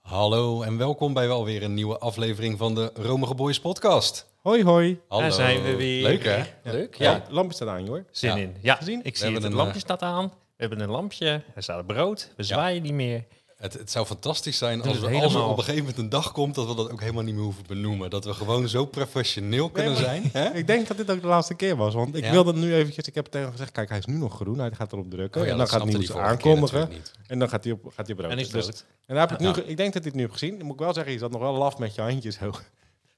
Hallo en welkom bij wel weer een nieuwe aflevering van de Romige Boys podcast. Hoi, hoi. Hallo. Daar zijn we weer. Leuk hè? Leuk, ja. Hey, lampje staat aan, hoor. Zin Ja. in. Ja, Gezien? ik We zie hebben het. Het een, lampje eh, staat aan. We hebben een lampje. Er staat brood. We zwaaien niet meer. Het, het zou fantastisch zijn Doe als, het we, als er helemaal. op een gegeven moment een dag komt dat we dat ook helemaal niet meer hoeven benoemen. Dat we gewoon zo professioneel kunnen maar- zijn. Hè? Ik denk dat dit ook de laatste keer was, want ik Ja. wilde nu eventjes... Ik heb tegen hem gezegd, kijk, hij is nu nog groen. Hij gaat erop drukken. Oh ja, en dan dat gaat snapte nieuws die vorige keer aankondigen. natuurlijk niet. En dan gaat hij op, gaat hij op brood. En ik Dus- brood. en daar heb ik, nu, Ja. ge- ik denk dat hij het nu heb gezien. Moet ik wel zeggen, je zat nog wel laf met je handjes. Hoog.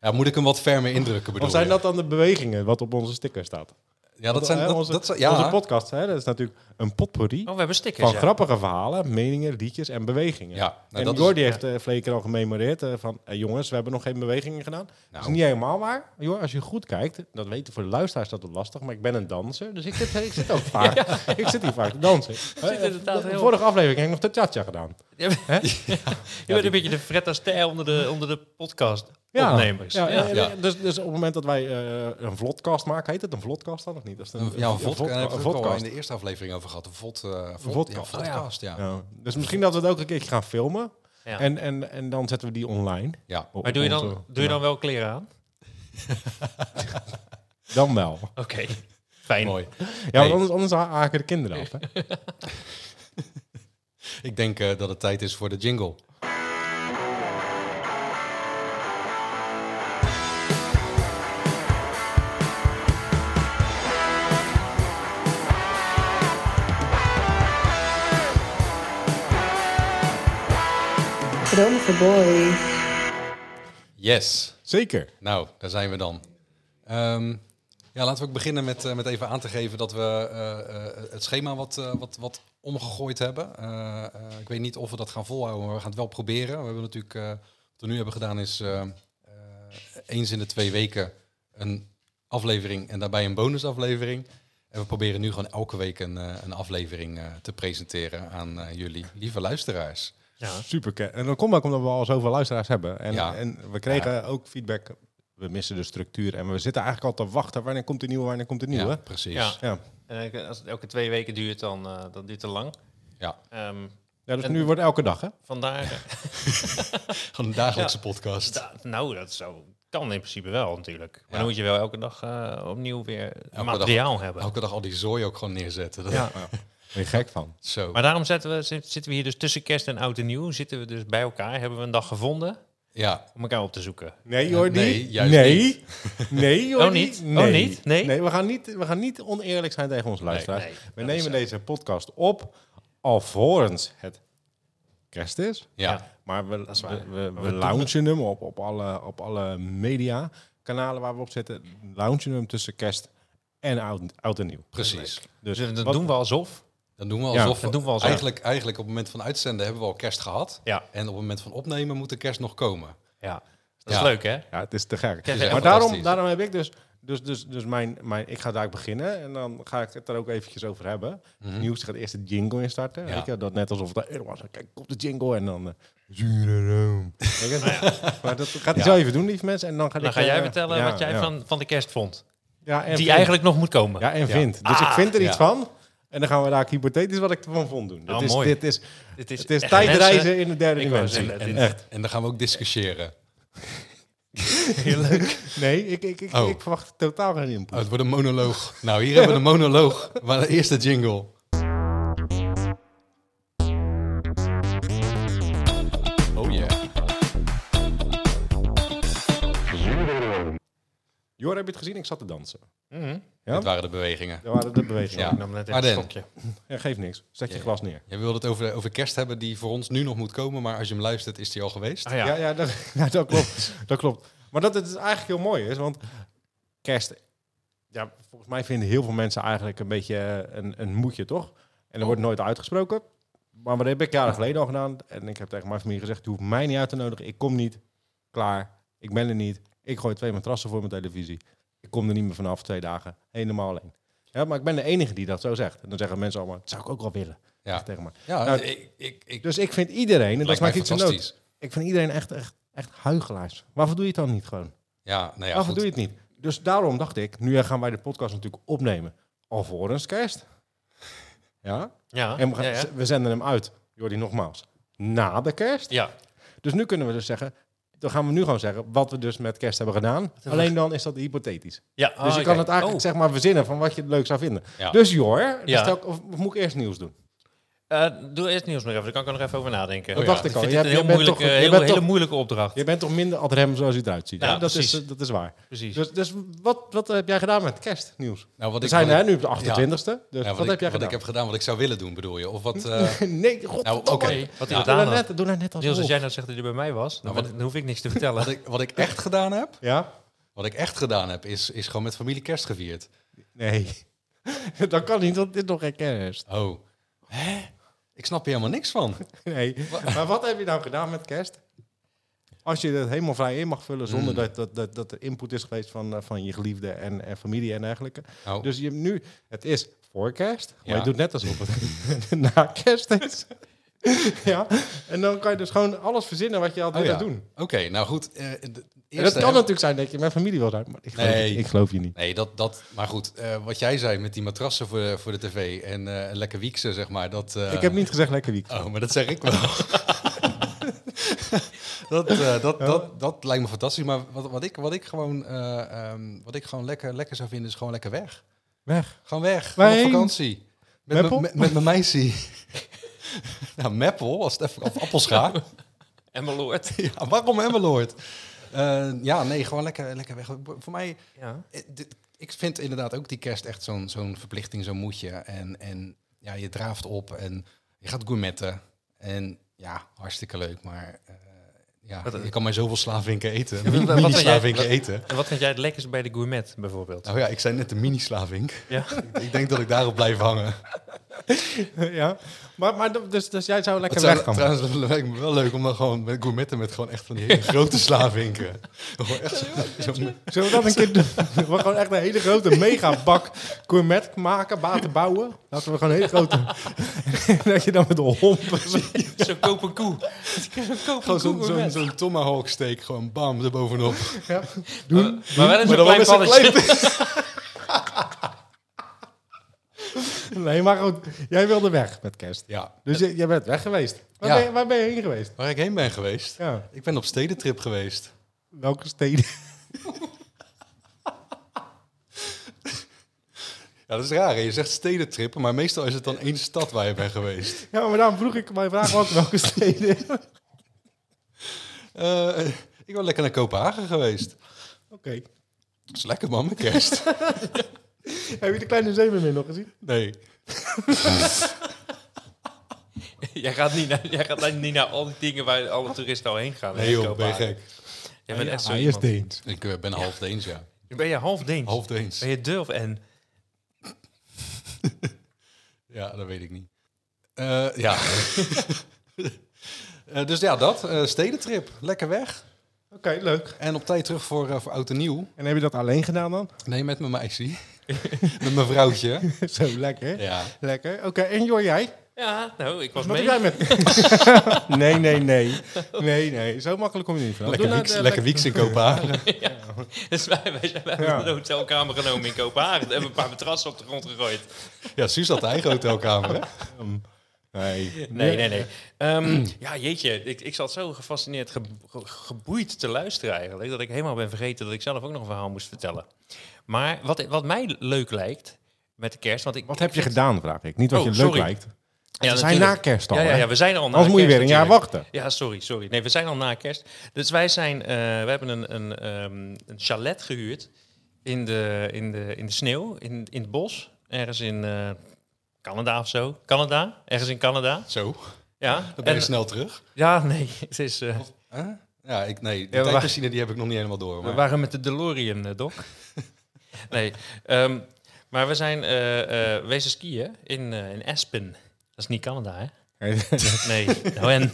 Ja, moet ik hem wat fermer indrukken bedoel Of zijn je? dat dan de bewegingen wat op onze sticker staat? Ja, dat Want, zijn... hè, Dat, onze, dat zijn- ja. onze podcast, hè, dat is natuurlijk een potpourri Oh, we hebben stickers. van Ja. grappige verhalen, meningen, liedjes en bewegingen. Ja, nou, en dat is- Jordi heeft eh Fleker al gememoreerd eh, van... eh, jongens, we hebben nog geen bewegingen gedaan. Nou. Dat is niet helemaal waar. Joh, als je goed kijkt, dat weten voor de luisteraars dat het lastig... maar ik ben een danser, dus ik zit, ik zit ook vaak... Ik zit hier vaak te dansen. Eh, inderdaad de heel- vorige aflevering heb ik nog de cha-cha gedaan. Ja, Je bent een beetje de Fred Astaire onder de, onder de podcast opnemers. Ja, ja, Ja. Dus, dus op het moment dat wij eh, een vlotcast maken... heet het een vlotcast dan of niet? Dat is Een- Ja, een vodka. Daar hebben we het ook al in vodcast. de eerste aflevering over gehad. Een vod, eh, vod- vodcast. Ja, vodcast, ja. Ja. Dus misschien dat we het ook een keertje gaan filmen... Ja. En, en, en dan zetten we die online. Ja. Op Maar doe je, dan, onze- doe je dan wel kleren aan? Dan wel. Oké, fijn. Mooi. Ja, Hey. want anders, anders ha- haken de kinderen af. Hè? Ik denk eh, dat het tijd is voor de jingle. Romige Boys. Yes. Zeker. Nou, daar zijn we dan. Ehm, ja, laten we ook beginnen met, eh, met even aan te geven dat we eh, eh, het schema wat, eh, wat, wat omgegooid hebben. Eh, eh, ik weet niet of we dat gaan volhouden, maar we gaan het wel proberen. We hebben natuurlijk, eh, wat we nu hebben gedaan is eh, eh, eens in de twee weken een aflevering en daarbij een bonusaflevering. En we proberen nu gewoon elke week een, eh, een aflevering eh, te presenteren aan eh, jullie, lieve luisteraars. Ja. Super. ke- En dat komt ook omdat we al zoveel luisteraars hebben. En, Ja. en we kregen ook feedback. We missen de structuur. En we zitten eigenlijk al te wachten. Wanneer komt de nieuwe? Wanneer komt de Ja, nieuwe? precies. Ja. Ja. ja. En eh, als het elke twee weken duurt, dan, eh dan duurt het te lang. Ja. Ehm, dus En- nu wordt elke dag, hè? vandaar, Gewoon een dagelijkse podcast. da- nou, dat zou, kan in principe wel natuurlijk. Maar Ja. dan moet je wel elke dag eh, opnieuw weer dag- materiaal hebben. Elke dag al die zooi ook gewoon neerzetten. Dat- Ja. Ben je gek van? Zo. Maar daarom zetten we, zit- zitten we hier dus tussen kerst en oud en nieuw. Zitten we dus bij elkaar. Hebben we een dag gevonden Ja, om elkaar op te zoeken. Nee, Jordi. nee, juist nee. Nee, Jordi. Oh, niet? Oh, Nee. niet? Nee? we, gaan niet, we gaan niet oneerlijk zijn tegen onze luisteraars. nee, we dat is nemen zo. deze podcast op alvorens het kerst is. ja. Ja. Maar we, we, waar. we, Maar we we doen launchen hem op, op alle, op alle media kanalen waar we op zitten. Launchen hem tussen kerst en oud, oud en nieuw. Precies. Dus Dus wat- dat doen we alsof. Dan doen we Ja, alsof dat doen we alsof. eigenlijk, eigenlijk op het moment van uitzenden hebben we al kerst gehad. Ja. En op het moment van opnemen moet de kerst nog komen. Ja. Dat is Ja. leuk, hè? Ja, het is te gek. is echt maar daarom, fantastisch. daarom heb ik dus... Dus, dus, dus mijn, mijn, ik ga daar beginnen en dan ga ik het er ook eventjes over hebben. Mhm. Nieuws gaat eerst de jingle instarten. Ja. Weet je, dat net alsof het er was. Kijk, op de jingle en dan... eh, Zure room. Weet je? Maar dat gaat hij Ja. zo even doen, lieve mensen. En dan ga, Dan ik, ga jij eh, vertellen ja, wat jij ja. van, van de kerst vond. Ja, en Die verder- eigenlijk nog moet komen. Ja, en vindt. Dus ik vind er iets ja. van. En dan gaan we daar hypothetisch wat ik ervan vond doen. Oh, dit, is, mooi. dit is, Dit het is echt tijdreizen mensen. in de derde Ik wou dimensie. zeggen, En dit is- echt. En dan gaan we ook discussiëren. Nee, ik, ik, ik, Oh. ik verwacht totaal geen input. Oh, het wordt een monoloog. nou, hier hebben we een monoloog. Maar eerst de jingle. Oh yeah. Jor, heb je het gezien? Ik zat te dansen. Mhm. Ja? Dat waren de bewegingen. Daar waren de bewegingen. Ja. Ik nam net even Arden. een stokje. Ja, geeft niks. Zet je Ja. glas neer. Jij wilde het over, over kerst hebben die voor ons nu nog moet komen. Maar als je hem luistert is die al geweest. Ah, Ja, ja. ja, dat, ja, dat klopt. dat klopt. Maar dat het dus eigenlijk heel mooi is, want kerst... Ja, volgens mij vinden heel veel mensen eigenlijk een beetje eh, een, een moedje, toch? En dat wordt nooit uitgesproken. Maar wat heb ik jaren geleden al gedaan? En ik heb tegen mijn familie gezegd, je hoeft mij niet uit te nodigen. Ik kom niet. Klaar. Ik ben er niet. Ik gooi twee matrassen voor mijn televisie. Ik kom er niet meer vanaf twee dagen. Helemaal alleen. Ja, maar ik ben de enige die dat zo zegt. En dan zeggen mensen allemaal, dat zou ik ook wel willen. Ja. Tegen mij. Ja, Nou, Ah, ik, ik, ik, Dus ik vind iedereen, en dat lijkt is mij mijn iets nood. fantastisch. Ik vind iedereen echt, echt, echt huigelaars. Waarvoor doe je het dan niet gewoon? Ja, Oh, nou ja, Waarvoor goed. doe je het niet? Dus daarom dacht ik, nu gaan wij de podcast natuurlijk opnemen. Alvorens kerst. Ja? Ja. En we, gaan- ja, ja. we zenden hem uit, Jordi, nogmaals. Na de kerst. Ja. Dus nu kunnen we dus zeggen, dan gaan we nu gewoon zeggen wat we dus met kerst hebben gedaan. Alleen dan is dat hypothetisch. Ja, Dus je kan het eigenlijk zeg maar verzinnen van wat je leuk zou vinden. Ja. Dus Jor, Oh, Ja. stel ik- of moet ik eerst nieuws doen? Eh, doe eerst nieuws nog even, daar kan ik nog even over nadenken. Oh Dat ja. dacht ik al. Ik Je vind dit hebt- een je heel bent toch- moeilijke, je heel, bent hele toch- moeilijke opdracht. Je bent toch minder ad rem zoals je eruit ziet. Ja, hè? dat, is, precies. dat is waar. Precies. Dus, dus wat, wat heb jij gedaan met kerstnieuws? Nou, wat We ik, zijn wat hè, ik- nu op de ja. 28e. Dus Ja, wat, wat, ik, heb jij wat ik gedaan? heb gedaan, wat ik zou willen doen, bedoel je? Of wat... eh, Nee, god. nou, oké. Wat Ja. hij Doe gedaan nou had. net, doe nou net als Niels, als Wolf. jij nou zegt dat hij bij mij was, dan, Nou, dan hoef ik niks te vertellen. Wat ik, wat ik echt gedaan heb, Ja? wat ik echt gedaan heb, is, is gewoon met familie kerst gevierd. Nee. dat kan niet, want dit is nog geen kerst. Oh. Hè? Ik snap hier helemaal niks van. Nee. maar wat heb je nou gedaan met kerst? Als je dat helemaal vrij in mag vullen zonder Mm. dat, dat, dat, dat er input is geweest van, eh, van je geliefde en, en familie en dergelijke. Nou, Dus je hebt nu, het is voor kerst, maar Ja. je doet net alsof het na kerst is. ja, en dan kan je dus gewoon alles verzinnen wat je had Oh willen ja. doen. Oké, nou goed. eh, de- de En eerste dat kan heb- natuurlijk zijn dat je met familie wil zijn, maar ik geloof, Nee. je, ik geloof je niet. Nee, dat, dat, maar goed, eh, wat jij zei met die matrassen voor de, voor de tv en eh, lekker wieksen, zeg maar. Dat, eh, ik heb niet gezegd lekker week. Oh, maar dat zeg ik wel. dat, eh, dat, dat, dat lijkt me fantastisch. Maar wat, wat, ik, wat, ik, gewoon, eh, ehm, wat ik gewoon lekker, lekker zou vinden, is gewoon lekker weg. Weg. Gewoon weg. Gewoon op Waarheen? vakantie. Met Meppel? me- met- met mijn meisje. nou, Meppel, als het even of appelscha. En mijn lord. ja, waarom Emmeloord? Eh ja, nee, gewoon lekker, lekker weg. Voor mij, Ja. eh, dit- ik vind inderdaad ook die kerst echt zo'n zo'n verplichting, zo'n moetje. En, en ja, je draaft op en je gaat gourmetten. En ja, hartstikke leuk, maar eh, ja, Wat- je kan maar zoveel slavinken eten. wat- wat- Mini-slavinken wat- eten. En wat vind jij het lekkerst bij de gourmet, bijvoorbeeld? Nou ja, ik zei net de mini-slavink. Ja. ik denk dat ik daarop blijf hangen. ja, maar, maar dat- dus, dus jij zou lekker Het weg zou, gaan. trouwens, dat lijkt me wel leuk om dan gewoon met gourmetten met gewoon echt van die hele grote slavinken. Gewoon echt zo- zo- Zullen we dat een keer doen? We gaan gewoon echt een hele grote mega bak gourmet maken, baten bouwen. Laten we gewoon een hele grote... dat je dan met de hompen... Zo koop een koe. Zo koop Gewoon zo'n een koe zo'n gourmet. zo'n tomahawk steak, gewoon bam, erbovenop. Ja. Maar- Maar wel in zo'n dan wel klein met zo'n palletje. Nee, maar goed. Jij wilde weg met kerst. Ja. Dus je- jij bent weg geweest. Waar, Ja. ben, je, waar ben je heen geweest? Waar ik heen ben geweest? Ja. Ik ben op stedentrip geweest. Welke steden? Ja, dat is raar. hè? Je zegt stedentrippen, maar meestal is het dan één stad waar je bent geweest. Ja, maar daarom vroeg ik mijn vraag ook welke steden. Oké. Eh, ik ben lekker naar Kopenhagen geweest. Dat is lekker man, met kerst. Heb je de kleine zeemermin nog gezien? Nee. Jij gaat, niet naar, jij gaat niet naar al die dingen waar alle toeristen al heen gaan. Nee joh, ben je gek. Jij bent echt zo hij is iemand. Deens. Ik eh, ben half Deens, ja. Ben je half Deens? Half Deens. Ben je durf en... Ja, dat weet ik niet. Eh, ja. Eh, dus ja, dat. eh, stedentrip. Lekker weg. Oké, leuk. En op tijd terug voor, eh, voor oud en nieuw. En heb je dat alleen gedaan dan? Nee, met mijn meisje. met mijn vrouwtje. Zo, lekker. Ja. Lekker. Oké, en Jor, jij? Ja, nou, ik was Wat mee. doe jij met... nee, nee, nee. Nee, nee. Zo makkelijk kom je niet van. Lekker, nou? weeks, lekker weeks in Kopenhagen. Dus wij, wij, zijn- wij Ja. hebben een hotelkamer genomen in Kopenhagen. En hebben een paar matrassen op de grond gegooid. ja, Suus had haar eigen hotelkamer, hè? Nee. Nee, nee, nee. Ehm, ja, jeetje. Ik, ik zat zo gefascineerd, ge- ge- geboeid te luisteren eigenlijk... dat ik helemaal ben vergeten dat ik zelf ook nog een verhaal moest vertellen. Maar wat, wat mij leuk lijkt met de kerst... Want ik, Wat heb je gedaan, vraag ik. Niet wat Oh, je leuk sorry. lijkt. Ja, we zijn na natuurlijk. kerst al, Ja, ja, hè? ja, we zijn al na Anders moet je kerst weer een jaar natuurlijk. wachten. Ja, sorry, sorry. Nee, we zijn al na kerst. Dus wij zijn, eh, we hebben een, een, ehm, een chalet gehuurd in de, in de, in de sneeuw, in, in het bos. Ergens in eh, Canada of zo. Canada? Ergens in Canada. Zo, Ja, dan ben je en- snel terug. ja nee. Het is, eh, Huh? Ja, ik, nee, de Ja, we tijdmachine die heb ik nog niet helemaal door. we Maar. waren met de DeLorean, eh, Doc. nee, ehm, maar we zijn eh, eh, wezen skiën in, eh, in Aspen. Dat is niet Canada, hè? Nee, nou en...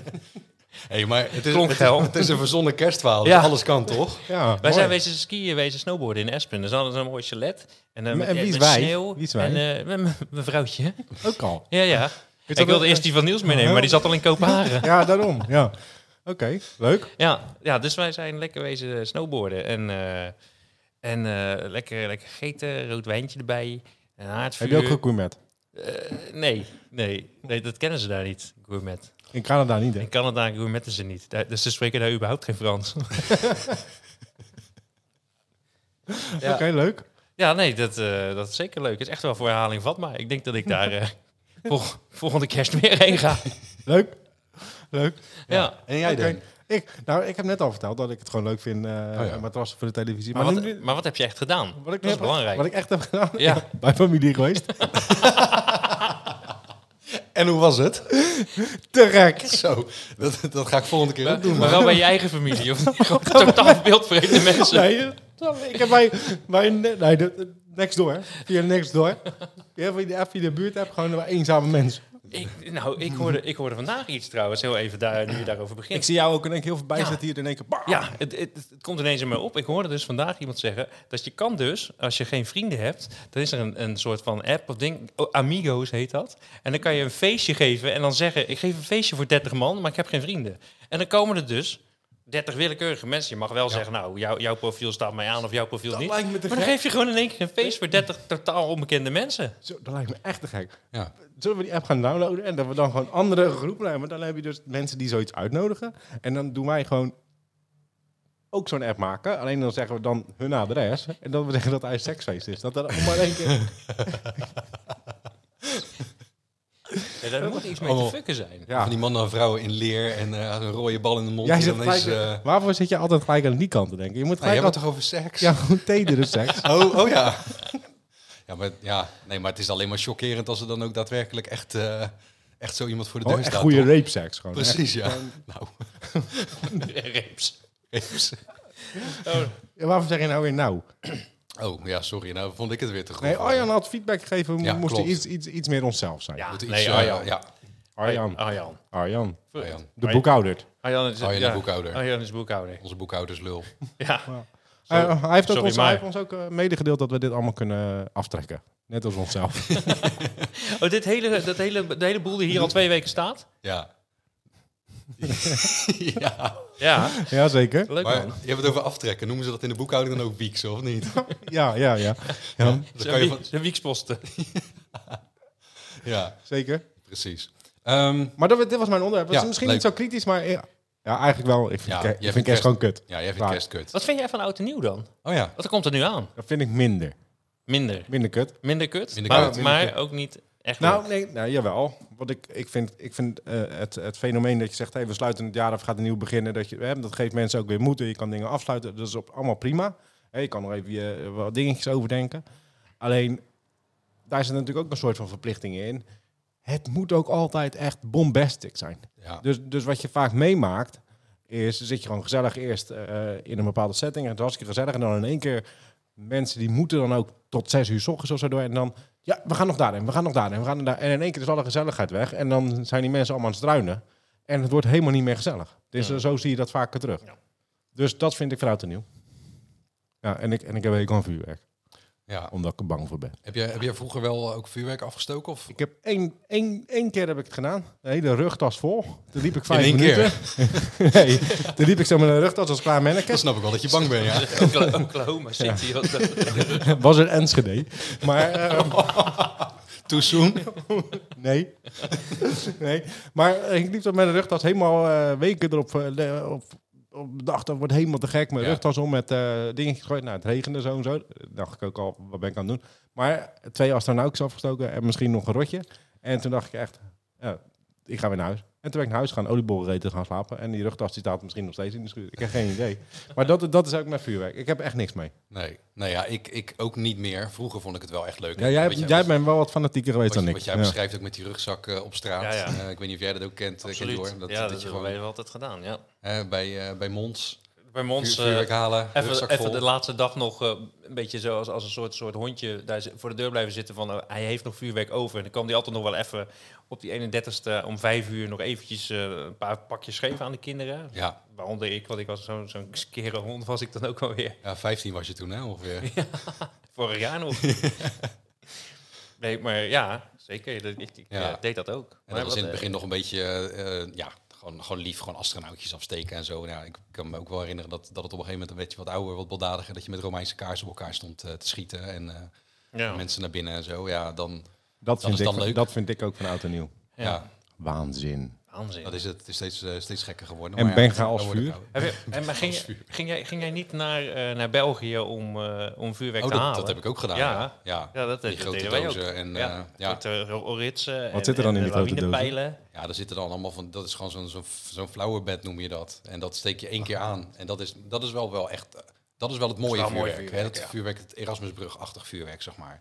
Hey, maar het is, Klonk het, wel. is, het is een verzonnen kerstverhaal, Ja. dus alles kan toch? ja, Wij mooi. zijn wezen skiën, wezen snowboarden in Espen. Dus hadden ze een mooi chalet. En, eh, En met, wie is met wij? sneeuw. Wie is wij? En eh, met mijn- mijn vrouwtje. Ook al. Ja, ja. Is ik dat wilde ook- eerst die van Niels meenemen, maar die zat al in Kopenhagen. Ja, daarom. Ja. Oké, leuk. Ja, ja, dus wij zijn lekker wezen snowboarden. En, eh, en eh, lekker, lekker gegeten, rood wijntje erbij. Een haardvuur. Heb je ook gekoemerd? Eh, nee, nee, nee, dat kennen ze daar niet, gourmet. In Canada niet, hè? In Canada gourmetten ze niet. Daar- Dus ze spreken daar überhaupt geen Frans. Oké, leuk. Ja, nee, dat, eh, dat is zeker leuk. Het is echt wel voor herhaling vatbaar. Ik denk dat ik daar eh, vol- volgende kerst weer heen ga. Leuk. Leuk. Ja. En jij Oké. dan? Ik, nou, ik heb net al verteld dat ik het gewoon leuk vind, eh ja. matrassen voor de televisie. Oh Maar, nu- wat, maar wat heb je echt gedaan? wat ik dat is heb- belangrijk. Wat ik echt heb gedaan, Ja. bij familie geweest. En hoe was het? Te gek. Zo, dat, dat ga ik volgende keer ook doen. maar wel bij je eigen familie. Of niet? Gewoon totaal beeldvreemde mensen. Nee, eh, ik heb bij, bij ne- nee, de- de- next door, via next door. Je hebt via de app, via de buurt app, gewoon een eenzame mens. Ik, nou, ik hoorde, ik hoorde vandaag iets trouwens. Heel even daar, nu je daarover begint. Ik zie jou ook in één keer heel voorbij Ja. zitten hier in één keer. bam. Ja, het, het, het komt ineens in mij op. Ik hoorde dus vandaag iemand zeggen dat je kan dus, als je geen vrienden hebt, dan is er een, een soort van app of ding, oh, Amigos heet dat. En dan kan je een feestje geven en dan zeggen, ik geef een feestje voor 30 man, maar ik heb geen vrienden. En dan komen er dus 30 willekeurige mensen. Je mag wel zeggen, nou, jou, jouw profiel staat mij aan of jouw profiel Dat niet. lijkt me te maar dan gek. geef je gewoon in één keer een feest voor 30 totaal onbekende mensen. Zo, dat lijkt me echt te gek. Ja. Zullen we die app gaan downloaden en dat we dan gewoon andere groepen hebben? Dan heb je dus mensen die zoiets uitnodigen. En dan doen wij gewoon ook zo'n app maken. Alleen dan zeggen we dan hun adres. En dan we zeggen dat hij een seksfeest is. Dat er allemaal in één keer... Ja, daar moet iets mee te Oh. fucken zijn. Van die mannen en vrouwen in leer en eh, een rode bal in de mond. Jij en zit ineens, gelijk, eh, Waarvoor zit je altijd gelijk aan die kant te denken? Je moet nou, jij gelijk hebt het toch over seks? Ja, gewoon tedere seks. Oh, oh ja. Ja maar, ja, nee, maar het is alleen maar chockerend als er dan ook daadwerkelijk echt, eh, echt zo iemand voor de deur Gewoon Oh, echt staat. goede toch? rape seks. Gewoon. Precies, ja. Nou, Reeps. eens. Echt. Ja, Waarvoor zeg je nou weer nou? Oh, ja, sorry. Nou vond ik het weer te goed. Nee, Arjan had feedback gegeven. Ja, moest hij klopt. iets, iets, iets meer onszelf zijn. Ja, Moet iets, ah. nee, eh, Arjan. ja, Arjan. Arjan. Arjan. Arjan. De Arjan. boekhouder. Arjan is, Arjan de Oh, Oh, boekhouder. Arjan is boekhouder. Onze boekhouderslul. Ja. Eh, hij heeft ook sorry, ons, maar- hij heeft ons ook eh, medegedeeld dat we dit allemaal kunnen eh, aftrekken. Net als onszelf. Oh, dit hele, dat hele, de hele boel die hier al twee weken staat? Ja. ja. Ja, Jazeker. leuk Maar man. je hebt het over aftrekken. Noemen ze dat in de boekhouding dan ook wieks, of niet? Ja, ja, ja. ja Dan kan je van- De weeksposten. ja, zeker. precies. Ehm, Maar dat, dit was mijn onderwerp. Het Ja, is misschien leuk. niet zo kritisch, maar ja, ja, eigenlijk wel. Ik vind, Ja, ke- jij ik vind vindt kerst gewoon kerst- kut. ja, jij vindt Waar? kerst kut. Wat vind jij van oud en nieuw dan? Oh ja. Wat komt er nu aan? Dat vind ik minder. Minder. Minder kut. Minder kut, Minder maar, kut. maar ook niet echt Nou, leuk. nee, nou, jawel. Want ik, ik vind, ik vind eh, het, het fenomeen dat je zegt, hey, we sluiten het jaar af, gaat een nieuw beginnen. Dat, je, hè, dat geeft mensen ook weer moed. en Je kan dingen afsluiten. Dat is op, allemaal prima. Hè, je kan nog even je, eh, wat dingetjes overdenken. Alleen, daar zit natuurlijk ook een soort van verplichting in. Het moet ook altijd echt bombastic zijn. Ja. Dus, dus wat je vaak meemaakt, is zit je gewoon gezellig eerst eh, in een bepaalde setting. En het is hartstikke gezellig. En dan in één keer mensen die moeten dan ook tot zes uur s ochtends of zo door. En dan, ja, we gaan nog daarheen, we gaan nog daarheen, we gaan nog daar. En in één keer is alle gezelligheid weg. En dan zijn die mensen allemaal aan het struinen. En het wordt helemaal niet meer gezellig. Dus Ja. eh, zo zie je dat vaker terug. Ja. Dus dat vind ik vanuit de nieuw. Ja, en ik, en ik heb een aan vuurwerk, ja. omdat ik er bang voor ben. Heb, jij, heb jij vroeger wel ook vuurwerk afgestoken? Of? Ik heb één, één, één keer heb ik het gedaan. De hele rugtas vol. Toen liep ik In vijf één minuten. keer? Nee, toen liep ik zo met een rugtas als klaar manneke. Dan snap ik wel dat je bang bent, ja. Okla- Oklahoma City. wat dat- Was er Enschede. Maar ehm, Too soon? nee. nee. Maar eh, ik liep dat met een rugtas helemaal eh, weken erop. eh, le- op, op bedacht, dat wordt helemaal te gek. Mijn Ja. rugtas om met eh dingetjes gegooid. Nou, het regende zo en zo. dacht ik ook al, wat ben ik aan het doen? Maar twee astronautjes afgestoken en misschien nog een rotje. En toen dacht ik echt, ja, ik ga weer naar huis. En toen ben ik naar huis gaan, oliebollen eten, gaan slapen. En die rugtas die staat misschien nog steeds in de schuur. Ik heb geen idee. Maar dat, dat is ook mijn vuurwerk. Ik heb echt niks mee. Nee, nee ja, ik, ik ook niet meer. Vroeger vond ik het wel echt leuk. Ja, jij, Wat hebt- jij bent wel wat fanatieker geweest wat, dan je- ik. wat jij Ja. beschrijft ook met die rugzak eh, op straat. Ja, ja. Eh, ik weet niet of jij dat ook kent, eh, kent Absoluut. hoor. Dat, ja, dat, dat, je hebben gewoon we altijd gedaan, ja. eh, bij, eh, bij Mons, Bij vuur- Mons... eh, vuurwerk halen, Even, rugzak even vol. de laatste dag nog eh, een beetje zo als, als een soort, soort hondje daar zi- voor de deur blijven zitten van eh, hij heeft nog vuurwerk over. En dan kwam hij altijd nog wel even op die 31ste om vijf uur nog eventjes eh, een paar pakjes geven aan de kinderen. Ja. Waaronder ik, want ik was zo'n zo'n skere hond was ik dan ook alweer. ja, 15 was je toen hè, ongeveer. Vorig jaar nog. nee, maar ja, zeker. dat- Ik, ik, Ja. eh, deed dat ook. En Maar dat was in het wat, eh, begin nog een beetje, eh, eh, ja, gewoon, gewoon lief, gewoon astronautjes afsteken en zo. Ja, ik kan me ook wel herinneren dat, dat het op een gegeven moment een beetje wat ouder, wat baldadiger, dat je met Romeinse kaarsen op elkaar stond eh, te schieten en eh, Ja. mensen naar binnen en zo. Ja, dan, Dat Dat vind, is ik, dan leuk. dat vind ik ook van oud en nieuw. ja. Ja. Waanzin. Waanzin. Dat is het. Het is steeds, eh, steeds gekker geworden. En Maar Benga ja, als daar word ik nou- vuur. ouder. Heb je- en, maar ging, je- ging, jij, ging jij niet naar, eh, naar België om, eh, om vuurwerk Oh, te dat, halen? dat heb ik ook gedaan. Ja. Ja, ja. Ja, dat, Die dat grote deden wij ook. dozen en, ja, eh, ja. Met, eh, ro- ritsen en- zit er dan en in die grote dozen? lawinepijlen. Ja, daar zitten dan allemaal van. Dat is gewoon zo'n zo'n zo'n flauwebed noem je dat. En dat steek je één keer aan. En dat is, dat is wel wel echt. eh, Dat is wel het mooie wel mooi vuurwerk. hè. vuurwerk, Het ja. vuurwerk, het Erasmusbrug-achtig vuurwerk, zeg maar.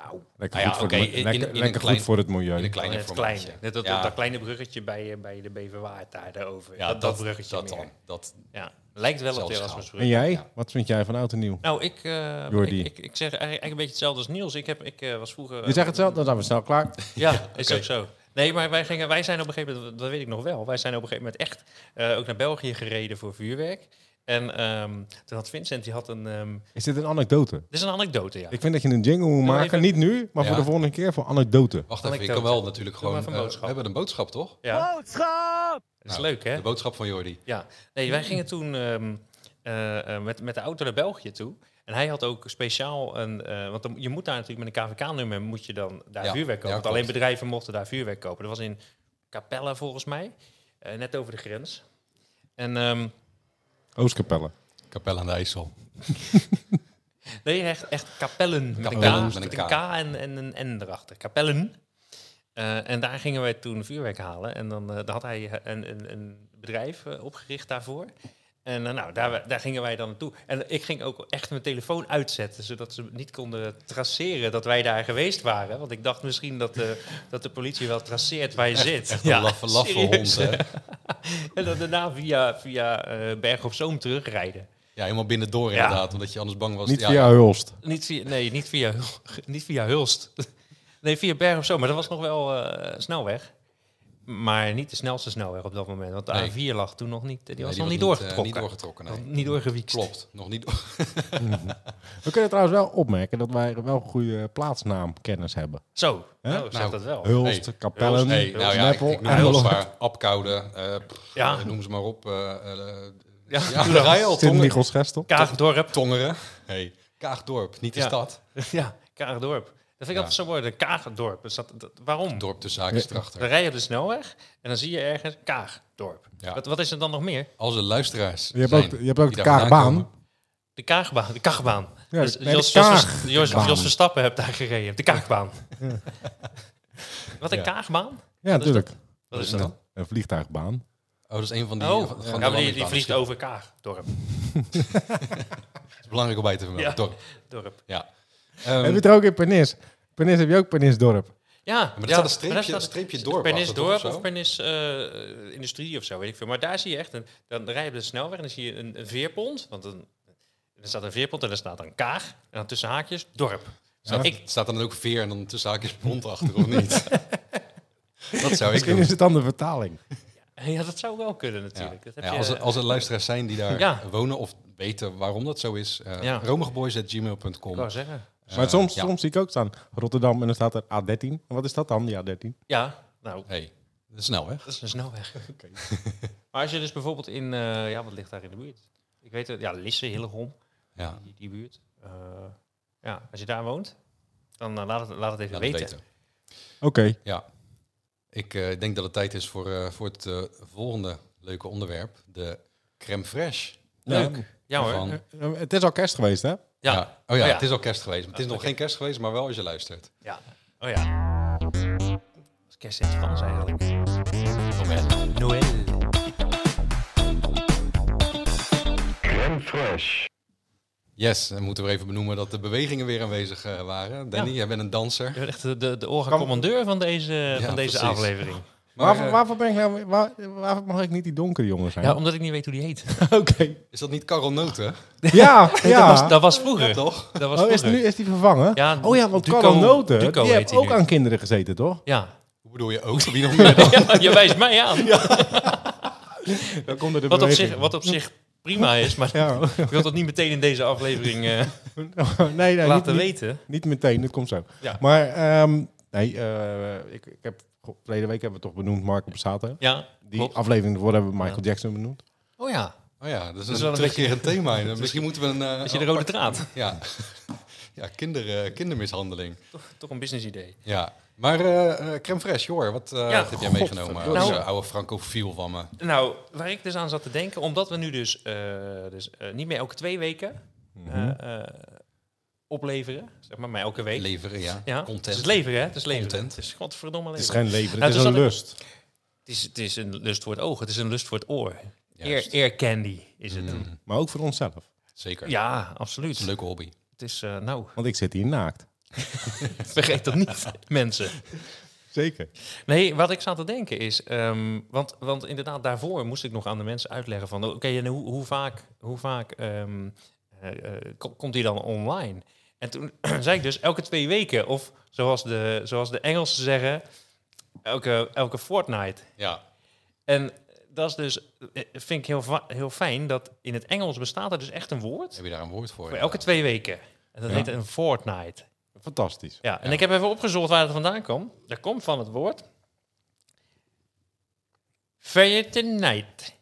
Lekker Nou ja, goed voor het oké, milieu. in- in- Lekker- in een lekker klein- goed voor het In milieu. een kleine Net eh, het formaatje. kleine. Net dat, ja, dat kleine bruggetje bij, eh, bij de Beverwaard daar daarover. ja, dat, dat bruggetje dat meer. dan. Dat, Ja, lijkt wel op de Zelfs En Erasmusbrug. jij? Ja. Wat vind jij van oud en nieuw? Nou, ik, eh, Jordi. ik, ik, ik zeg eigenlijk eigenlijk een beetje hetzelfde als Niels. Ik, heb, ik eh, was vroeger... Je zegt hetzelfde, dan zijn we snel klaar. Ja, is ook zo. Nee, maar wij, gingen, wij zijn op een gegeven moment, dat weet ik nog wel, wij zijn op een gegeven moment echt eh, ook naar België gereden voor vuurwerk. En ehm, toen had Vincent, die had een... ehm, Is dit een anekdote? dit is een anekdote, ja. Ik vind dat je een jingle moet maar maken. even- Niet nu, maar voor Ja. de volgende keer voor anekdote. wacht Kan even, ik ik dat- kan wel natuurlijk Doe maar gewoon. even een eh, boodschap. we hebben een boodschap, toch? ja. Boodschap! Dat is Nou, leuk, hè? De boodschap van Jordi. Ja, nee, wij gingen toen ehm, eh, eh, met, met de auto naar België toe. En hij had ook speciaal een. eh, want dan, je moet daar natuurlijk met een KVK-nummer moet je dan daar Ja, vuurwerk kopen. ja, Want klopt. alleen bedrijven mochten daar vuurwerk kopen. Dat was in Capella volgens mij. eh, net over de grens. En ehm, Oostkapelle. Kapel aan de IJssel. nee, echt, echt Capellen. Met Capellen, een K, met een K en, en een N erachter. Capellen. Eh, en daar gingen wij toen vuurwerk halen. En dan, eh, daar had hij eh, een, een, een bedrijf eh, opgericht daarvoor. En eh, nou, daar, daar gingen wij dan naartoe. En ik ging ook echt mijn telefoon uitzetten, zodat ze niet konden traceren dat wij daar geweest waren. Want ik dacht misschien dat de, dat de politie wel traceert waar je zit. Echt een laffe, laffe serieus. hond, hè? en dan daarna via, via eh, Berg op Zoom terugrijden. Ja, helemaal binnen door Ja. inderdaad, omdat je anders bang was. Niet ja, via Hulst. Niet via, nee, niet via, Hul- niet via Hulst. Nee, via Berg of zo. Maar dat was nog wel eh, snelweg. Maar niet de snelste snelweg op dat moment. Want de Nee. A4 lag toen nog niet. Die nee, was die nog niet eh, doorgetrokken. niet doorgetrokken, nee. Nog niet doorgewiekst. Klopt, nog niet. We kunnen trouwens wel opmerken dat wij wel goede plaatsnaamkennis hebben. Zo, Hè? nou, zeg Nou, dat wel. Hulst, Hey, Kapellen, Nee, nou ja, ik, Meppel ik noem en heel Hulst. zwaar. Apkoude, eh, pff, Ja. eh, noem ze maar op. eh, eh, Ja, ja, doe dat. ga je al, Tongeren. Sint-Michels-Gestel. Kaagdorp. Tongeren. Hey. Kaagdorp, niet de Ja. stad. Ja, Kaagdorp. Dat vind ik Ja. altijd zo mooi. De Kaagdorp. Dus dat, dat- waarom? Dorp de Dan Zakenstrachter. rij je op de snelweg en dan zie je ergens Kaagdorp. Ja. Wat, wat is er dan nog meer? Als er luisteraars Je hebt zijn ook, je hebt ook de die daar vandaan Kaagbaan. komen. De Kaagbaan. De Kaagbaan. Ja, dus nee, de Jos, Jos- Kaagbaan. Jos, Jos, Verstappen hebt daar gereden. De Kaagbaan. Wat een Ja. Kaagbaan? Ja, natuurlijk. Wat is Wat is dat? dat? Een vliegtuigbaan. Oh, dat is een van die... Oh, van de ja, maar die, die landingsbanen. vliegt over Kaagdorp. Dat is belangrijk om bij te vermelden. Ja. Dorp. Dorp. Ja. Heb je Ehm, het er ook in Pernis? Pernis heb je ook Oh, Pernisdorp. Ja, maar staat ja, een streepje- daar staat een streepje dorp Pernis achter, toch, dorp of zo? of Pernis eh, industrie of zo, weet ik veel. Maar daar zie je echt, een, dan rij je op de snelweg en dan zie je een, een veerpont. Want een, er staat een veerpont en er staat een kaag. En dan tussen haakjes dorp. Zo, staat- ik, Staat er dan ook veer en dan tussen haakjes pont achter, of niet? dat zou ik Misschien doen. is het dan de vertaling. ja, dat zou wel kunnen Ja. natuurlijk. Dat heb Ja, je- eh, als, er, als er luisteraars zijn die daar Ja. wonen of weten waarom dat zo is, eh Ja. romigboys@gmail.com. ik wou zeggen. maar soms, Eh, ja. soms zie ik ook staan Rotterdam en dan staat er A13. En wat is dat dan, die A13? Ja, nou, Hey, dat is snel, hè? Dat is een snelweg. maar als je dus bijvoorbeeld in... eh, ja, wat ligt daar in de buurt? Ik weet het, ja, Lisse, Hillegom, Ja. die, die buurt. Eh, ja, als je daar woont, dan eh, laat, het, laat het even Laat het weten. Oké. Ja. Ik eh, denk dat het tijd is voor, eh, voor het eh, volgende leuke onderwerp. De crème fraîche. Leuk. Ja. Ja hoor. Van- Eh, Het is al kerst geweest, hè? Ja. Oh ja, Oh ja. het is al kerst geweest. maar Het is nog geen kerst geweest, maar wel als je luistert. Ja. Oh ja. Als kerst in het Frans eigenlijk. Noël. Noël. Yes, dan moeten we even benoemen dat de bewegingen weer aanwezig eh, waren. Danny, Ja. jij bent een danser. Je bent echt de, de, de orga-commandeur van deze, van deze precies. aflevering. Maar waarvoor, eh, waarvoor ben ik nou, waar- waarvoor mag ik niet die donkere jongen zijn? Ja, omdat ik niet weet hoe die heet. oké. is dat niet Karel Noten? Ja, ja. Dat, was, dat was vroeger. Ja, toch? Dat was oh, vroeger. is, nu, is die vervangen? Ja, oh ja, want Duco- Carl Noten, Duco die heet heeft hij ook nu. aan kinderen gezeten, toch? Ja. Hoe bedoel je ook? Wie nog meer dan? ja. Je wijst mij aan. Dan komt er de Wat op, beweging. zich, wat op zich prima is, maar Ja. ik wil dat niet meteen in deze aflevering eh, nee, nee, niet, laten niet, weten. niet meteen, dat komt zo. Ja. Maar ehm, nee, eh, ik, ik heb, goh, verleden week hebben we toch benoemd Marco Passato. Ja, Die klopt. aflevering ervoor hebben we Michael Jackson benoemd. Oh ja, Oh ja, dat is, is wel een een terugkerend thema. En, eh, Misschien moeten we een... eh, dat is je de rode apart- draad. Ja. Ja, kinder, eh, kindermishandeling. Toch een business idee. Ja. Maar eh eh crème fraîche, hoor. Wat, eh, Ja, wat heb jij godverdomme. meegenomen? Nou- Onze oude francofiel van me. Nou, waar ik dus aan zat te denken, omdat we nu dus, eh, dus eh, niet meer elke twee weken eh, Mhm. eh, opleveren, zeg maar, maar elke week. Leveren, ja. ja, Dus Content. Het is leveren, hè? Het is leveren. Content. Het is godverdomme Het is leveren. geen leven, Nou, het is toen een zat ik- lust. Het is, het is een lust voor het oog, het is een lust voor het oor. Ear, Juist. ear candy is het. Mm, Maar ook voor onszelf. zeker. Ja, Het is een absoluut. leuke hobby. Het is, eh, nou, Want ik zit hier naakt. vergeet dat niet, mensen. Zeker. Nee, wat ik zat te denken is, ehm, want, want inderdaad, daarvoor moest ik nog aan de mensen uitleggen van, oké, en hoe, hoe vaak, hoe vaak ehm, eh, eh, ko- komt die dan online? En toen zei ik dus elke twee weken, of zoals de, zoals de Engelsen zeggen, elke, elke fortnight. Ja. En dat is dus, eh, vind ik heel, va- heel fijn, dat in het Engels bestaat er dus echt een woord Heb je daar een woord voor? voor elke twee weken. En dat Ja. heet een fortnight. Fantastisch. Ja, en Ja. ik heb even opgezocht waar het vandaan komt. Dat komt van het woord. Veertien night.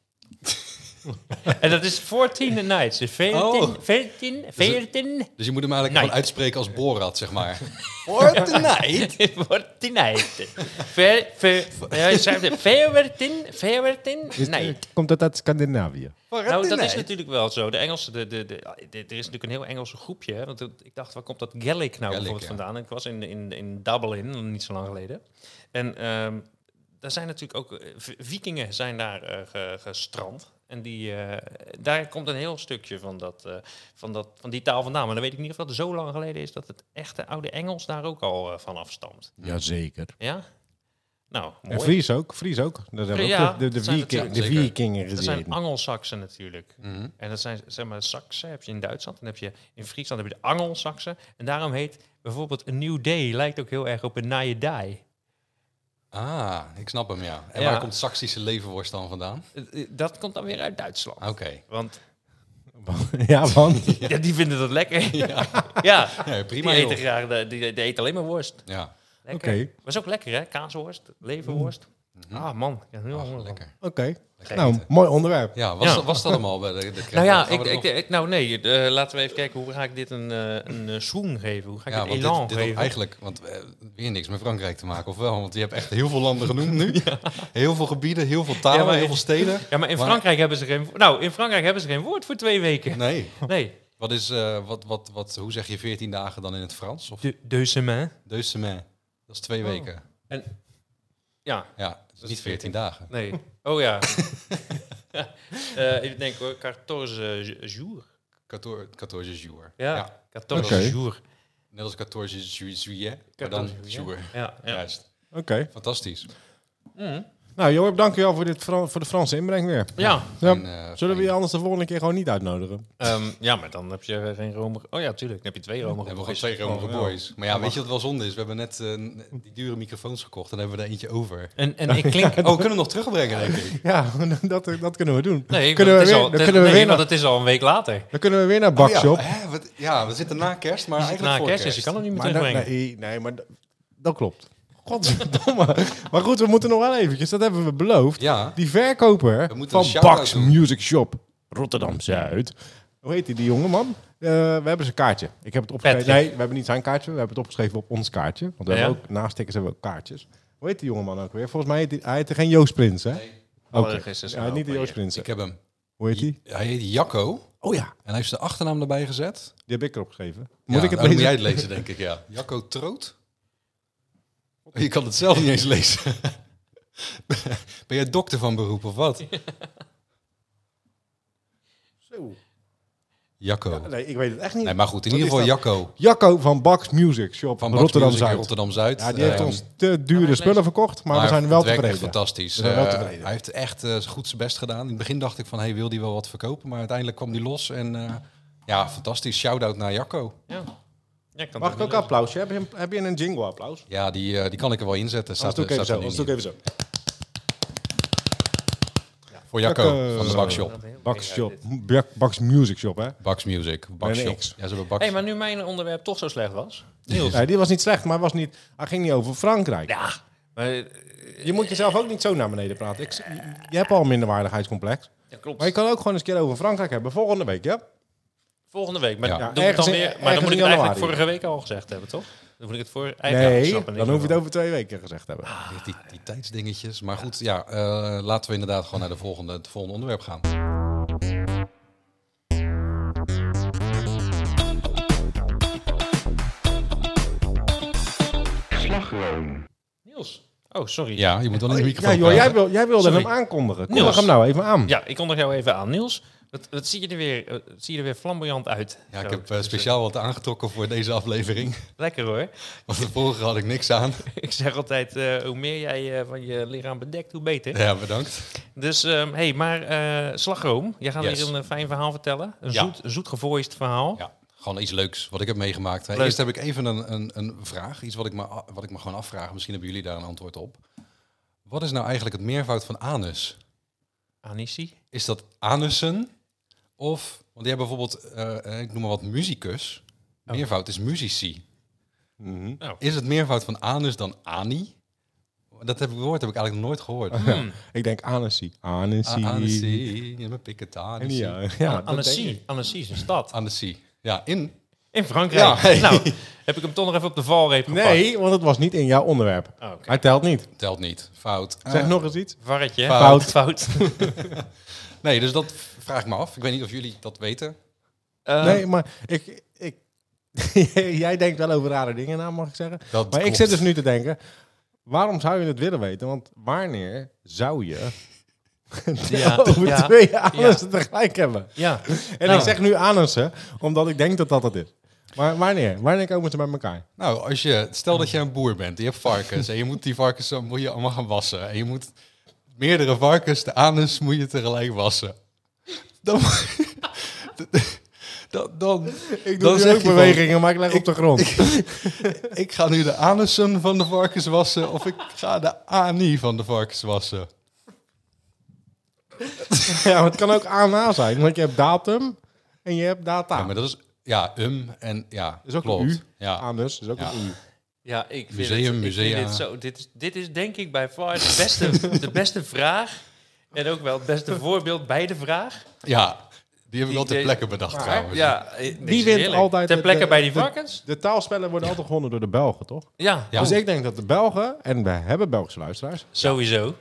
en dat is 14 nights. Dus 14, Oh. 14, 14, Dus je moet hem eigenlijk Night. gewoon uitspreken als Borat, zeg maar. Voor tonight. 14 night. Ver- ver- ja, je schrijft het, 14, 14 Is- eh, night. Komt dat uit Scandinavië? Nou, dat is natuurlijk wel zo. De Engelse, de, de, de, de- er is natuurlijk een heel Engelse groepje. Hè? Want ik dacht, waar komt dat Gaelic nou bijvoorbeeld ja. vandaan? Ik was in, in, in Dublin, niet zo lang geleden. En ehm, daar zijn natuurlijk ook... eh, v- Vikingen zijn daar eh, ge- gestrand. En die, eh, daar komt een heel stukje van, dat, eh, van, dat, van die taal vandaan. Maar dan weet ik niet of dat zo lang geleden is... dat het echte oude Engels daar ook al eh, van afstamt. Jazeker. Ja? Nou, En mooi. Fries ook, Fries ook. Dat hebben we Ja, ook de, de, dat de, zijn Viking- de natuurlijk- zeker. vikingen Dat zijn gezien. Angelsaksen natuurlijk. Mhm. En dat zijn, zeg maar, Saksen heb je in Duitsland. En heb je in Friesland heb je de Angelsaksen. En daarom heet bijvoorbeeld een New Day lijkt ook heel erg op een Naaie Dai. Ah, ik snap hem, ja. En Ja. waar komt Saksische levenworst dan vandaan? Ah, Eh, eh, Dat komt dan weer uit Duitsland. Oké. Want Ja, want ja. die vinden dat lekker. Ja, Ja. Ja, die prima, eten joh. graag, de- die, die eten alleen maar worst. Ja. Lekker. Oké. Was ook lekker hè, kaasworst, leverworst. Ah man, ik heb nu Mhm. al Ach, honger van. lekker. Oké. Lekker Nou, eten. mooi onderwerp. Ja, was, Ja. Dat, was dat hem al? Bij de, de Nou ja, Gaan ik, we ik, er nog- ik- nou nee, eh, laten we even kijken hoe ga ik dit een, eh, een eh, swoon geven? Hoe ga ik ja, het want elan dit, dit had geven? eigenlijk, want eh, weer niks met Frankrijk te maken, of wel? Want je hebt echt heel veel landen genoemd nu. Heel veel gebieden, heel veel talen, Ja, maar- heel veel steden. Ja, maar in Maar- Frankrijk hebben ze geen. Nou, in Frankrijk hebben ze geen woord voor twee weken. Nee. Nee. Wat is, eh, wat, wat, wat, hoe zeg je 14 dagen dan in het Frans? Of De, deux semaines. deux semaines. Dat is twee Oh. weken. En ja, Ja, dat is niet 14 dagen. nee. Oh ja. Eh even denken hoor, 14 jours. 14, 14 jours. Ja, 14 Oké. jours. Net als 14 ju- juillet, maar 14 dan juillet. jour. Ja, ja. Juist. Oké. Fantastisch. Mm. Nou, Joop, dankjewel voor, dit Fran- voor de Franse inbreng weer. ja. Ja. En, eh, Zullen we je fijn. anders de volgende keer gewoon niet uitnodigen? Ehm, ja, maar dan heb je geen romige... Oh ja, tuurlijk. Dan heb je twee We romige hebben gewoon boys. twee romige Oh, ja. boys. Maar ja, weet je wat wel zonde is? We hebben net eh, die dure microfoons gekocht en daar hebben we er eentje over. En, en ik klink... Oh, we kunnen hem nog terugbrengen, denk ik. Ja, dat, dat kunnen we doen. Nee, kunnen want we weer, het is al, dan, het- kunnen we nee, weer want naar, het is al een week later. dan kunnen we weer naar Oh, ja. Bakshop. Hè, wat- ja, we zitten na kerst, maar Het is eigenlijk na voor kerst, dus kerst. je kan hem niet meer Maar dat, terugbrengen. nee, nee, maar dat, dat klopt. Godverdomme. maar goed, we moeten nog wel eventjes, dat hebben we beloofd. Ja, Die verkoper We moeten van een shout-out Bax doen. Music Shop Rotterdam-Zuid. Hoe heet die, die jongeman? Eh, we hebben zijn kaartje. Ik heb het opgeschreven. Patrick. Nee, we hebben niet zijn kaartje. We hebben het opgeschreven op ons kaartje. Want we Ja, hebben ook, naast stickers hebben we ook kaartjes. Hoe heet die jongeman ook weer? Volgens mij heet die, hij heette geen Joost Prins, hè? Nee. Oké. Oh, dat is dus Ja, niet de wel Joost weer. Prins. ik heb hem. Hoe heet die? Hij heet Jacco Oh ja, en hij heeft zijn achternaam erbij gezet. die heb ik erop geschreven. Ja, Moet ik het oh, dan lezen? moet jij het lezen, denk ik, ja. Jacco Troot? Oh, Je kan het zelf niet eens lezen. ben jij dokter van beroep of wat? Zo. Jacco. Nee, ik weet het echt niet. Nee, maar goed, in Wat ieder is geval Jacco Jacco van Bax Music Shop van Rotterdam-Zuid. Rotterdam-Zuid. Ja, die heeft Ehm, ons te dure spullen verkocht, maar, we zijn wel het werkt echt tevreden. Fantastisch. We zijn wel Eh, tevreden. hij heeft echt eh, goed zijn best gedaan. In het begin dacht ik van, hey, wil die wel wat verkopen? Maar uiteindelijk kwam die los en eh, ja, fantastisch. Shout-out naar Jacco. Ja. Ja, ik kan Mag het ik ook niet applausje? Heb je een, heb je een jingle applaus? Ja, die, eh, die kan ik er wel inzetten. Anders Staat, doe ik er- even zo. staat er Anders nu doe ik even zo. niet. Voor Jacco Jacco. van de Bakshop. lezen. Bax Shop. Bak- Bax Music Shop, hè? Baks Music. Bakshop. Ja, X. ze hebben Baks. Hé, hey, maar nu mijn onderwerp toch zo slecht was. Niels. Nee, die was niet slecht, maar hij was niet, hij ging niet over Frankrijk. Ja, maar, Je moet jezelf ook niet zo naar beneden praten. Ik, je hebt al een minderwaardigheidscomplex. ja klopt. Maar je kan ook gewoon eens een keer over Frankrijk hebben. Volgende week, ja? Volgende week. Maar, Ja. dan Ja, doe ik het dan ergens in- weer, maar dan moet ergens ik in het eigenlijk januari. vorige week al gezegd hebben, toch? Dan moet ik het voor eigenlijk Nee, ja, snap ik dan niet hoef je meer het over twee weken gezegd te hebben. Weer Die, die tijdsdingetjes. Maar goed, ja, eh, laten we inderdaad gewoon naar de volgende, het volgende onderwerp gaan. Niels. Oh, sorry. Ja, je moet wel in de microfoon Oh, Ja, joh, jij, praten. wil, jij wilde Sorry. hem aankondigen. Kondig Niels. hem nou even aan. Ja, ik kondig jou even aan. Niels, wat, wat zie, je er weer, eh, wat zie je er weer flamboyant uit? Ja, ik Zo. dus, heb eh, speciaal wat aangetrokken voor deze aflevering. Lekker hoor. Want de vorige had ik niks aan. Ik zeg altijd, eh, hoe meer jij eh, van je lichaam bedekt, hoe beter. Ja, bedankt. Dus, ehm, hey, maar eh, Slagroom, jij gaat Yes. weer een eh, fijn verhaal vertellen. Een Ja. zoet, zoet gevoiced verhaal. Ja, gewoon iets leuks wat ik heb meegemaakt. hè. Oh. Leuk. Eerst heb ik even een, een, een vraag. Iets wat ik, me, a- wat ik me gewoon afvraag. Misschien hebben jullie daar een antwoord op. Wat is nou eigenlijk het meervoud van anus? Anissi. Is dat anussen? Of, want je hebt bijvoorbeeld, eh, eh, ik noem maar wat, musicus. Meervoud is musici. Mhm. Is het meervoud van anus dan ani? Dat heb ik woord heb ik eigenlijk nooit gehoord. Mhm. Mm. Ik denk Annecy. A- Annecy. Ah, Annecy, ja, mijn pik het aan. Ja, ja, dat denk ik. Ah, Annecy. Annecy is een stad. Annecy. Ja, in. In Frankrijk. Ja. Nou, heb ik hem toch nog even op de valreep gepakt. Nee, want het was niet in jouw onderwerp. Oh, oké. Hij telt niet. Telt niet. Fout. Zeg Eh, nog eens iets. Varretje. Fout. Fout. Nee, dus dat vraag ik me af. Ik weet niet of jullie dat weten. Eh, nee, maar ik... ik jij denkt wel over rare dingen na, mag ik zeggen. Dat Maar ik klopt. zit dus nu te denken... Waarom zou je het willen weten? Want wanneer zou je... Ehm, Ja, over ja. oh, twee anussen tegelijk hebben? Ja. En Nou. ik zeg nu anussen, omdat ik denk dat dat het is. Maar wanneer? Wanneer komen ze bij elkaar? Nou, als je, stel Mm. dat je een boer bent, je hebt varkens en je moet die varkens dan moet je allemaal gaan wassen. En je moet meerdere varkens, de anus moet je tegelijk wassen. Dan, dan, dan, Ik Dan doe nu zeg ook je van- bewegingen, maar ik leg op de grond. ik ga nu de anussen van de varkens wassen of ik ga de ani van de varkens wassen. Ja, maar het kan ook ANA zijn, want je hebt datum en je hebt data. Ja, maar dat is, ja, um en ja, Ah. is ook klopt. een U. Ah. Ja, Anus dus, is ook Ja. een U. Ja, ik vind Museum, het, ik musea. vind dit, zo, dit, is, dit is denk ik bij far de beste, de beste vraag. En ook wel het beste voorbeeld bij de vraag. ja, die heb ik Die wel ter idee- plekke bedacht Ah, trouwens. Ja, eh, dit Wie is wint heerlijk. altijd Ter het- plekke de- bij die de- varkens? De taalspellen worden altijd gewonnen door de Belgen, toch? Ja, Ja. Dus ik denk dat de Belgen, en we hebben Belgische luisteraars, sowieso.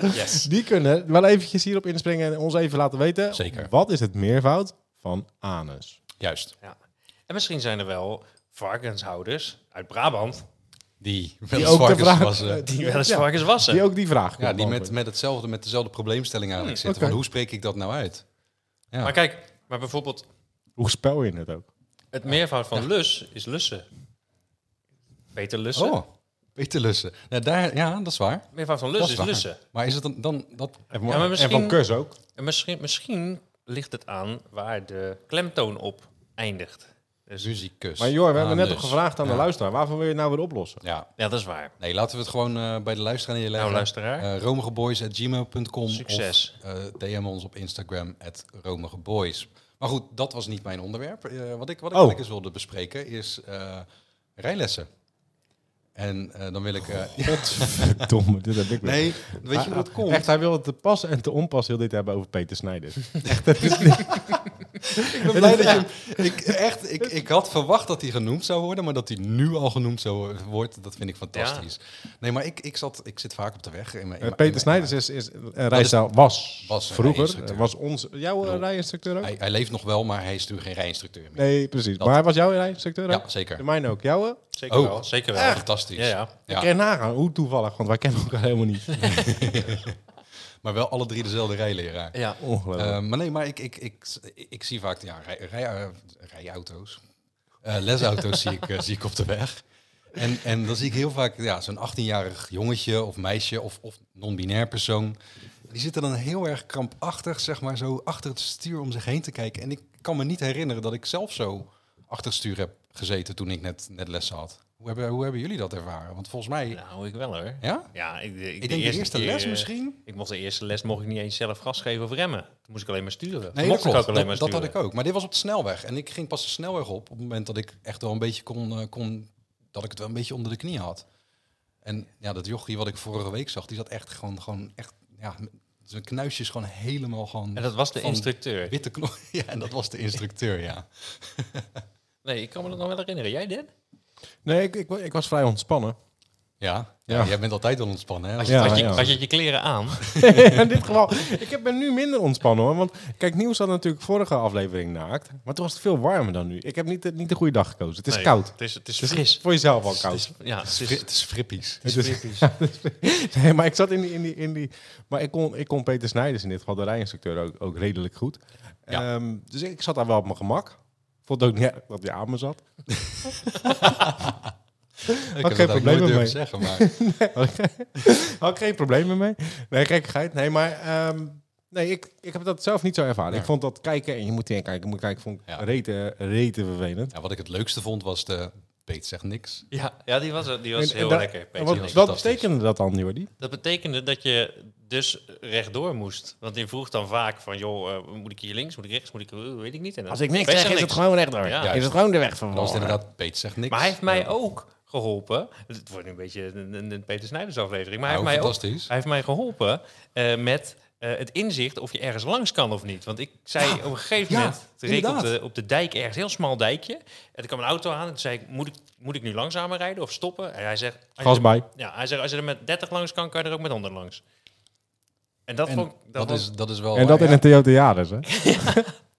yes. die kunnen wel eventjes hierop inspringen en ons even laten weten. Zeker. Wat is het meervoud van anus? Juist, Ja. En misschien zijn er wel varkenshouders uit Brabant die wel Die eens ook de varkens vraag- wassen. die wel eens Ja, varkens eh. wassen. Die ook die vraag Ja, die kunnen met, met, hetzelfde, met dezelfde probleemstelling eigenlijk Hmm, zitten. oké. Van hoe spreek ik dat nou uit? Ja. Maar kijk, maar bijvoorbeeld beantwoorden. Hoe spel je het ook? het meervoud van lus is lussen. Peter lussen. oh, Peter Lussen. Ja, daar, ja, dat is waar. Meervoud van Dat lus is is waar. lussen. Maar is het dan, dan dat... En maar van, en misschien- van kus ook. En misschien, misschien ligt het aan waar de klemtoon op eindigt. Dus, Musicus. Maar joh, we hebben net Anus. al gevraagd aan de Ja. luisteraar, waarvan wil je het nou weer oplossen? Ja, ja, dat is waar. nee, laten we het gewoon eh, bij de luisteraar neerleggen. Nou, luisteraar. Eh, romigeboys@gmail.com Succes. Of eh, DM ons op Instagram, at romigeboys. Maar goed, dat was niet mijn onderwerp. Eh, wat ik, wat ik Oh. eigenlijk eens wilde bespreken is eh, rijlessen. En eh, dan wil ik... eh, Godverdomme, dit heb ik weer. nee, weet je hoe dat komt? Ah, Echt, hij wil het te pas en te onpas heel dit hebben over Peter Snijder. Ik ben blij dat je... Ik, echt, ik, ik had verwacht dat hij genoemd zou worden, maar dat hij nu al genoemd zou wordt, dat vind ik fantastisch. Nee, maar ik, ik, zat, ik zit vaak op de weg. In mijn, in mijn- in Eh, Peter mijn- Snijders is, is een rijstijl, was, dus was een vroeger, rijinstructeur. was ons, jouw eh, Klopt. rijinstructeur ook? Hij, hij leeft nog wel, maar hij is nu geen rijinstructeur meer. Nee, precies. Dat- Maar hij was jouw rijinstructeur ook? Ja, zeker. De mijne ook. Jouwe? Zeker Oh. wel. Zeker wel. Fantastisch. Ja, ja. Ik kan je nagaan, hoe toevallig, want wij kennen elkaar helemaal niet. Maar wel alle drie dezelfde rijleraar. Ja. Ongelooflijk. Eh, maar nee, maar ik, ik, ik, ik, zie vaak ja, rij, rij- eh, rijauto's. Eh, lesauto's zie, ik, eh, zie ik op de weg. En, en dan zie ik heel vaak ja, zo'n 18-jarig jongetje of meisje of, of non-binair persoon. Die zitten dan heel erg krampachtig, zeg maar, zo achter het stuur om zich heen te kijken. En ik kan me niet herinneren dat ik zelf zo achter het stuur heb gezeten toen ik net, net les had. Hoe hebben, hoe hebben jullie dat ervaren? Want volgens mij, Nou, ik wel hoor. ja? Ja, ik, ik, Ik denk de eerste keer, les eh, misschien. Ik mocht de eerste les mocht ik niet eens zelf gas geven of remmen. Toen moest ik alleen maar sturen. Nee, dat mocht klopt. ik ook Dat, alleen maar dat sturen. had ik ook. Maar dit was op de snelweg. En ik ging pas de snelweg op op het moment dat ik echt wel een beetje kon, eh, kon dat ik het wel een beetje onder de knie had. En ja, dat jochie wat ik vorige week zag, die zat echt gewoon, gewoon echt ja, Dus een knuisje is gewoon helemaal gewoon... En dat was de van instructeur. Witte knop. Ja, en dat was de instructeur, ja. Nee, ik kan me dat nog wel herinneren. Jij, Dan? Nee, ik, ik, wa- ik was vrij ontspannen. Ja, ja, Ja. jij bent altijd wel ontspannen, hè? Had je, Ja, had je, ja. had je je kleren aan? In dit geval, ik heb- ben nu minder ontspannen hoor. Want kijk, Nieuws had natuurlijk vorige aflevering naakt. Maar toen was het veel warmer dan nu. Ik heb niet, de- niet de goede dag gekozen. Het is Nee, koud. Het is, het is Het is fris. voor jezelf al Het koud. is, ja, het Fri- is, het is frippies. Het is- Nee, maar ik zat in die... In die, in die maar ik kon, ik kon Peter Snijders in dit geval, de rijinstructeur, ook, ook redelijk goed. Ja. Ehm, dus ik zat daar wel op mijn gemak. Vond ook niet erg dat hij aan me zat. Ik heb Oké, het eigenlijk probleem nooit durven mee. zeggen, maar... Had ik geen problemen mee. Nee, gekkigheid. Nee, maar ehm, nee, ik, ik heb dat zelf niet zo ervaren. Ja. Ik vond dat kijken, en je moet in kijken, je moet kijken, vond ik Ja. rete, rete vervelend. Ja, wat ik het leukste vond was de Peet zegt niks. ja, ja, die was, die was En- en heel daar- lekker. en Peter. wat, Niks. wat Fantastisch. betekende dat dan, Jordi? Dat betekende dat je dus rechtdoor moest. Want die vroeg dan vaak van, joh, eh, moet ik hier links, moet ik rechts, moet ik, eh, weet ik niet. En dan- Peter zegt niks. gewoon rechtdoor. Ja. Juist. gewoon de weg Dat was het inderdaad Peet zegt niks. Oh, Maar hij heeft mij ook geholpen. Het wordt nu een beetje een, een- een Peter Snijders aflevering. Maar hij Nou, heeft, mij ook, fantastisch. hij heeft mij geholpen eh, met eh, het inzicht of je ergens langs kan of niet. Want ik zei op een gegeven ja, moment, toen reed ik op inderdaad. de, op de dijk ergens, een heel smal dijkje. En er kwam een auto aan en toen zei ik, moet ik, moet ik nu langzamer rijden of stoppen? En hij zegt, als je Gas er- bij. Ja, hij zegt, als je er met 30 langs kan, kan je er ook met 100 langs. En dat En vond ik... Dat dat, was, is, dat is Oh, wel... en dat ja. in een Theaterjaars, hè?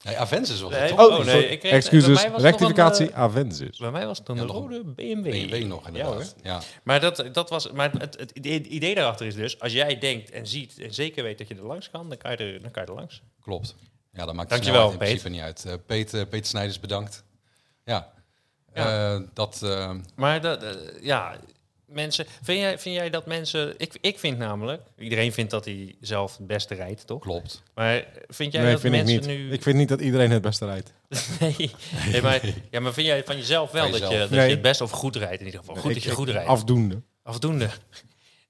Nee, Avensis was het Nee, toch? Oh, nee, sorry. ik kreeg- bij mij excuses, was nog rectificatie, een, eh, Avensis. bij mij was het dan Ja, een nog een rode BMW. BMW nog, Ja, hoor. inderdaad. Ja, Maar, dat, dat was, maar het, het idee, het idee daarachter is dus, als jij denkt en ziet en zeker weet dat je er langs kan, dan kan je er, dan kan je er langs. klopt. Ja, dat maakt de Dankjewel, snelheid in principe niet uit. Eh, Peet, eh, Peet Snijders, bedankt. Ja, Ja. Eh, dat... eh, Maar dat, eh, ja, mensen, vind jij, vind jij dat mensen, ik, ik vind namelijk, iedereen vindt dat hij zelf het beste rijdt, toch? klopt. Maar vind jij Nee, dat vind ik mensen niet. nu... Ik vind niet dat iedereen het beste rijdt. nee, nee, maar, ja, maar vind jij van jezelf wel Van dat, je, jezelf. dat Nee. je het best of goed rijdt in ieder geval? Goed Ik- dat je ik- goed rijdt. Afdoende. Afdoende.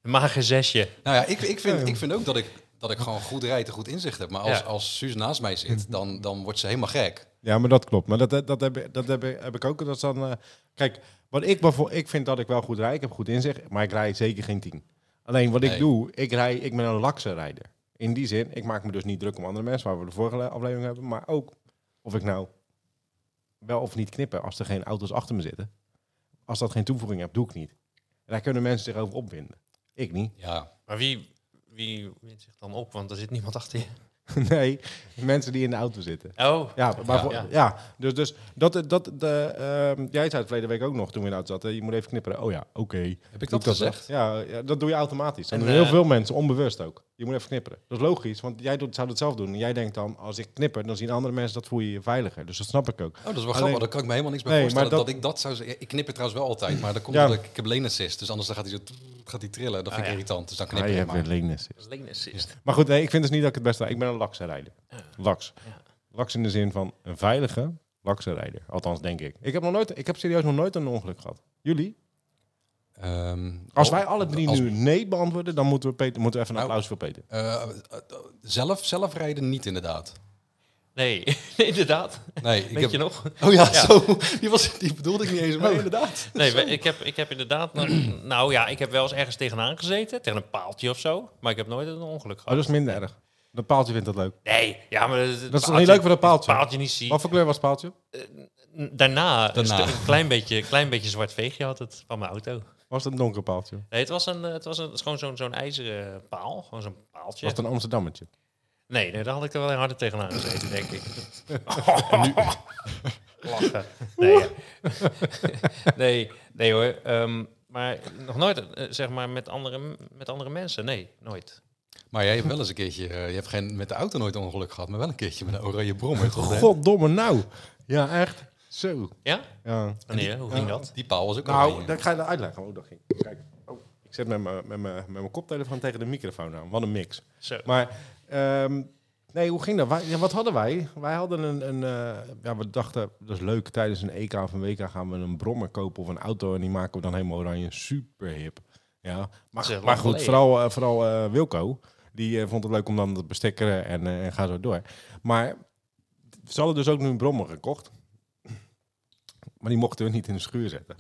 Een mager zesje. Nou ja, ik, ik, Ja. vind, ik vind ook dat ik, dat ik gewoon goed rijd en goed inzicht heb. Maar als, Ja. als Suus naast mij Hm. zit, dan, dan wordt ze helemaal gek. Ja, maar dat klopt. Maar dat, dat, heb, ik- dat heb, ik- heb ik ook. Dat is dan, eh, kijk, wat ik bijvoorbeeld, ik vind dat ik wel goed rijd. Ik heb goed inzicht, maar ik rijd zeker geen 10. Alleen wat ik Nee. doe, ik, rij, ik ben een lakse rijder. In die zin, ik maak me dus niet druk om andere mensen, waar we de vorige aflevering hebben, maar ook of ik nou wel of niet knippen als er geen auto's achter me zitten. Als dat geen toevoeging heeft, doe ik niet. En daar kunnen mensen zich over opwinden. Ik niet. Ja, Maar wie, wie wint zich dan op? Want er zit niemand achter je. nee, mensen die in de auto zitten. Oh, Ja, maar Ja. voor- Ja. ja. dus, dus dat, dat de, ehm, jij zei het verleden week ook nog toen we in de auto zaten. Je moet even knipperen. Oh ja, oké. heb ik Doe dat, ik dat gezegd? Ja, ja, dat doe je automatisch. En En, doen heel eh, veel mensen, onbewust ook. Je moet even knipperen. Dat is logisch, want jij doet, zou dat zelf doen. En jij denkt dan, als ik knipper, dan zien andere mensen dat voel je je veiliger. Dus dat snap ik ook. Oh, dat is wel Alleen- grappig. Daar kan ik me helemaal niks bij Nee, voorstellen. maar Dat... dat- ik dat zou zeggen. Ik knip het trouwens wel altijd, maar dan komt Ja. dat ik, ik heb lane assist. Dus anders dan gaat hij, zo, gaat hij trillen. Dat vind Ah, ik ja. irritant. Dus dan knip Nee, ik je het hebt maar. weer leanness. Leen assist. Maar goed, nee, ik vind dus niet dat ik het beste rijd. Ik ben een lakse rijder. Laks. Ja. Laks in de zin van een veilige lakse rijder. Althans, denk ik. Ik heb, nog nooit, ik heb serieus nog nooit een ongeluk gehad. Jullie? Ehm, Als oh, wij alle drie als- nu nee beantwoorden, dan moeten we, Peter, moeten we even een Nou. applaus voor Peter. eh, eh, eh, zelf, zelf rijden niet inderdaad. Nee, nee, inderdaad. Nee, ik Weet heb... je nog? Oh ja, Ja. Zo, die, was, die bedoelde ik niet eens, maar Oh. inderdaad. Nee, we- ik heb, ik heb inderdaad... nog- Nou ja, ik heb wel eens ergens tegenaan gezeten. Tegen een paaltje of zo. Maar ik heb nooit een ongeluk Oh, dat gehad. is minder erg. Dat paaltje vindt dat leuk. Nee, ja, maar... Dat is toch niet leuk voor dat paaltje? paaltje niet zien. Wat voor kleur was het paaltje? Daarna, een Daarna. stu- een klein beetje, klein beetje zwart veegje had het van mijn auto. Was het een donker paaltje? Nee, het was, een, eh, het was een, het is gewoon zo'n zo'n ijzeren paal. Gewoon zo'n paaltje. Was het een Amsterdammetje? Nee, nee, daar had ik er wel een harder tegenaan gezeten, denk ik. Lachen. Nee, ja. nee, nee hoor. Ehm, maar nog nooit, eh, zeg maar, met andere, met andere mensen. Nee, nooit. Maar jij hebt wel eens een keertje... eh, je hebt geen, met de auto nooit ongeluk gehad, maar wel een keertje met een oranje brommer. toch, hè? Goddomme nou. Ja, echt. Zo. Ja? Ja. Wanneer? Hoe ging dat? Die paal was ook Nou, oranje. dat Nou, ga je dan uitleggen. Oh, dat ging. Kijk. Oh, ik zet met mijn- met mijn met mijn koptelefoon tegen de microfoon aan. Wat een mix. Zo. Maar, ehm, nee, hoe ging dat? Wij, ja, wat hadden wij? Wij hadden een, een eh, ja, we dachten, dat is leuk, tijdens een EK of een WK gaan we een brommer kopen of een auto en die maken we dan helemaal oranje. Super hip. Ja, is maar, echt maar lang goed, geleden. vooral, eh, vooral eh, Wilco, die eh, vond het leuk om dan te bestikkeren en, eh, en ga zo door. Maar ze hadden dus ook nu een brommer gekocht, maar die mochten we niet in de schuur zetten.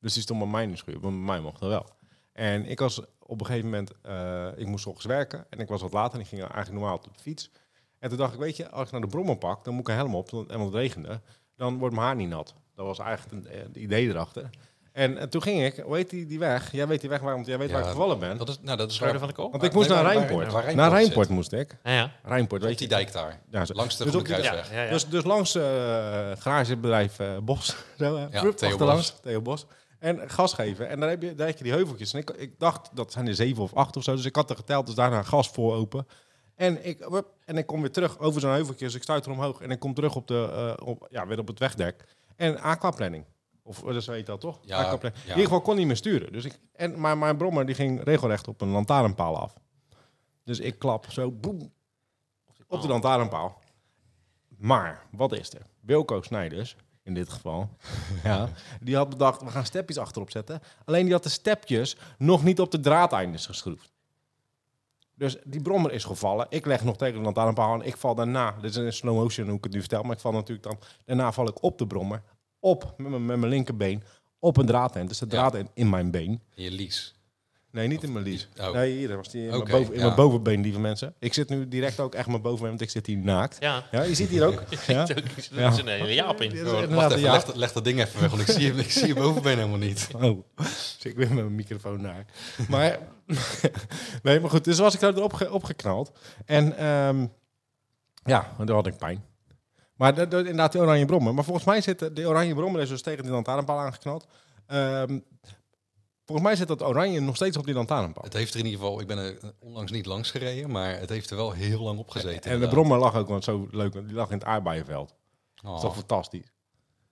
Dus die stond bij mij in de schuur, maar bij mij mocht dat wel. En ik als op een gegeven moment, eh, ik moest 's ochtends werken en ik was wat later en ik ging eigenlijk normaal op de fiets. En toen dacht ik, weet je, als ik naar de brommer pak, dan moet ik een helm op, dan, en want het regende, dan wordt mijn haar niet nat. Dat was eigenlijk een, eh, het idee erachter. En, eh, toen ging ik, hoe heet die, die weg? Jij weet die weg waarom, jij weet Ja, waar ik gevallen ben. Dat is, nou, dat is Schouder waar, van de kool? Want ik moest Nee, naar waar- waar- Rijnpoort. waar Rijnpoort naar Rijnpoort zit. moest ik. Ja, ja. Rijnpoort, op weet je. die dijk daar. Ja, zo. Langs de Dus Groene op die- Kruisweg. ja, ja. Dus, dus langs eh garagebedrijf eh, Bos. zo, eh, Ja, vup, Theo achterlangs, Theo Bos. En gas geven. En daar heb je, daar heb je die heuveltjes. En ik, ik dacht, dat zijn er zeven of acht of zo. Dus ik had er geteld, dus daarna gas voor open. En ik, wup, en ik kom weer terug over zo'n heuveltje. Dus ik stuit er omhoog. En ik kom terug op de, eh, op, ja, weer op het wegdek. En aquaplanning. Of eh, dat weet dat toch? Ja, Aquaplanning. ja. In ieder geval kon niet meer sturen. Dus ik, en, maar mijn brommer die ging regelrecht op een lantaarnpaal af. Dus ik klap zo, boem, op de lantaarnpaal. Maar, wat is er? Wilco Snijders, in dit geval, ja, die had bedacht, we gaan stepjes achterop zetten. Alleen die had de stepjes nog niet op de draadeindes geschroefd. Dus die brommer is gevallen. Ik leg nog tegen de lantaarnpaal aan. Ik val daarna, dit is in slow motion hoe ik het nu vertel, maar ik val natuurlijk dan... Daarna val ik op de brommer, op met mijn- met mijn linkerbeen, op een draadend. Dus de Ja. draad in mijn been. In je lees. Nee, niet in mijn lies. Oh. Nee, hier was die in, Oké, mijn, boven, in ja. mijn bovenbeen, lieve mensen. Ik zit nu direct ook echt mijn bovenbeen, want ik zit hier naakt. ja. Ja, je ziet hier ook. ja. Er is een hele jaap in. Ja. Oh, wacht inderdaad even, een leg, leg dat ding even weg, want ik zie, hem- ik zie je bovenbeen helemaal niet. Oh, dus ik ben met mijn microfoon naar. Maar, nee, maar goed, dus was ik daar erop ge- opgeknald. En ehm, ja, en toen had ik pijn. Maar dat, dat- inderdaad, die oranje brommer. Maar volgens mij zit de- de oranje brommer is dus tegen die lantaarnpaal aangeknald. Ehm, volgens mij zit dat oranje nog steeds op die lantaarnpaal. Het heeft er in ieder geval, ik ben er onlangs niet langs gereden, maar het heeft er wel heel lang op gezeten. En de brommer lag ook, want zo leuk, want die lag in het aardbeienveld. inderdaad. Dat Oh. is toch fantastisch.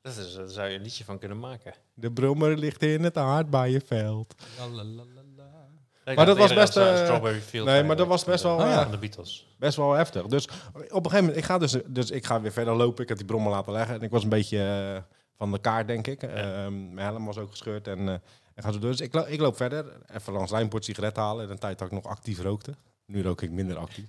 Dat is, daar zou je een liedje van kunnen maken. De brommer ligt in het aardbeienveld. La, la, la, la, la. Nee, Maar dat was eerder best, als, eh, eh, Strawberry Field nee, maar dat eigenlijk was best van de- wel, Oh eh, ja. Van de Beatles. Best wel heftig. Dus op een gegeven moment, ik ga dus, dus ik ga weer verder lopen. Ik had die brommer laten leggen. En ik was een beetje eh, van de kaart, denk ik. Ehm, mijn helm was ook gescheurd. En, eh, en ga zo door. Dus ik, lo- ik loop verder. Even langs Lijnpoort sigaret halen. In een tijd dat ik nog actief rookte. Nu rook ik minder actief.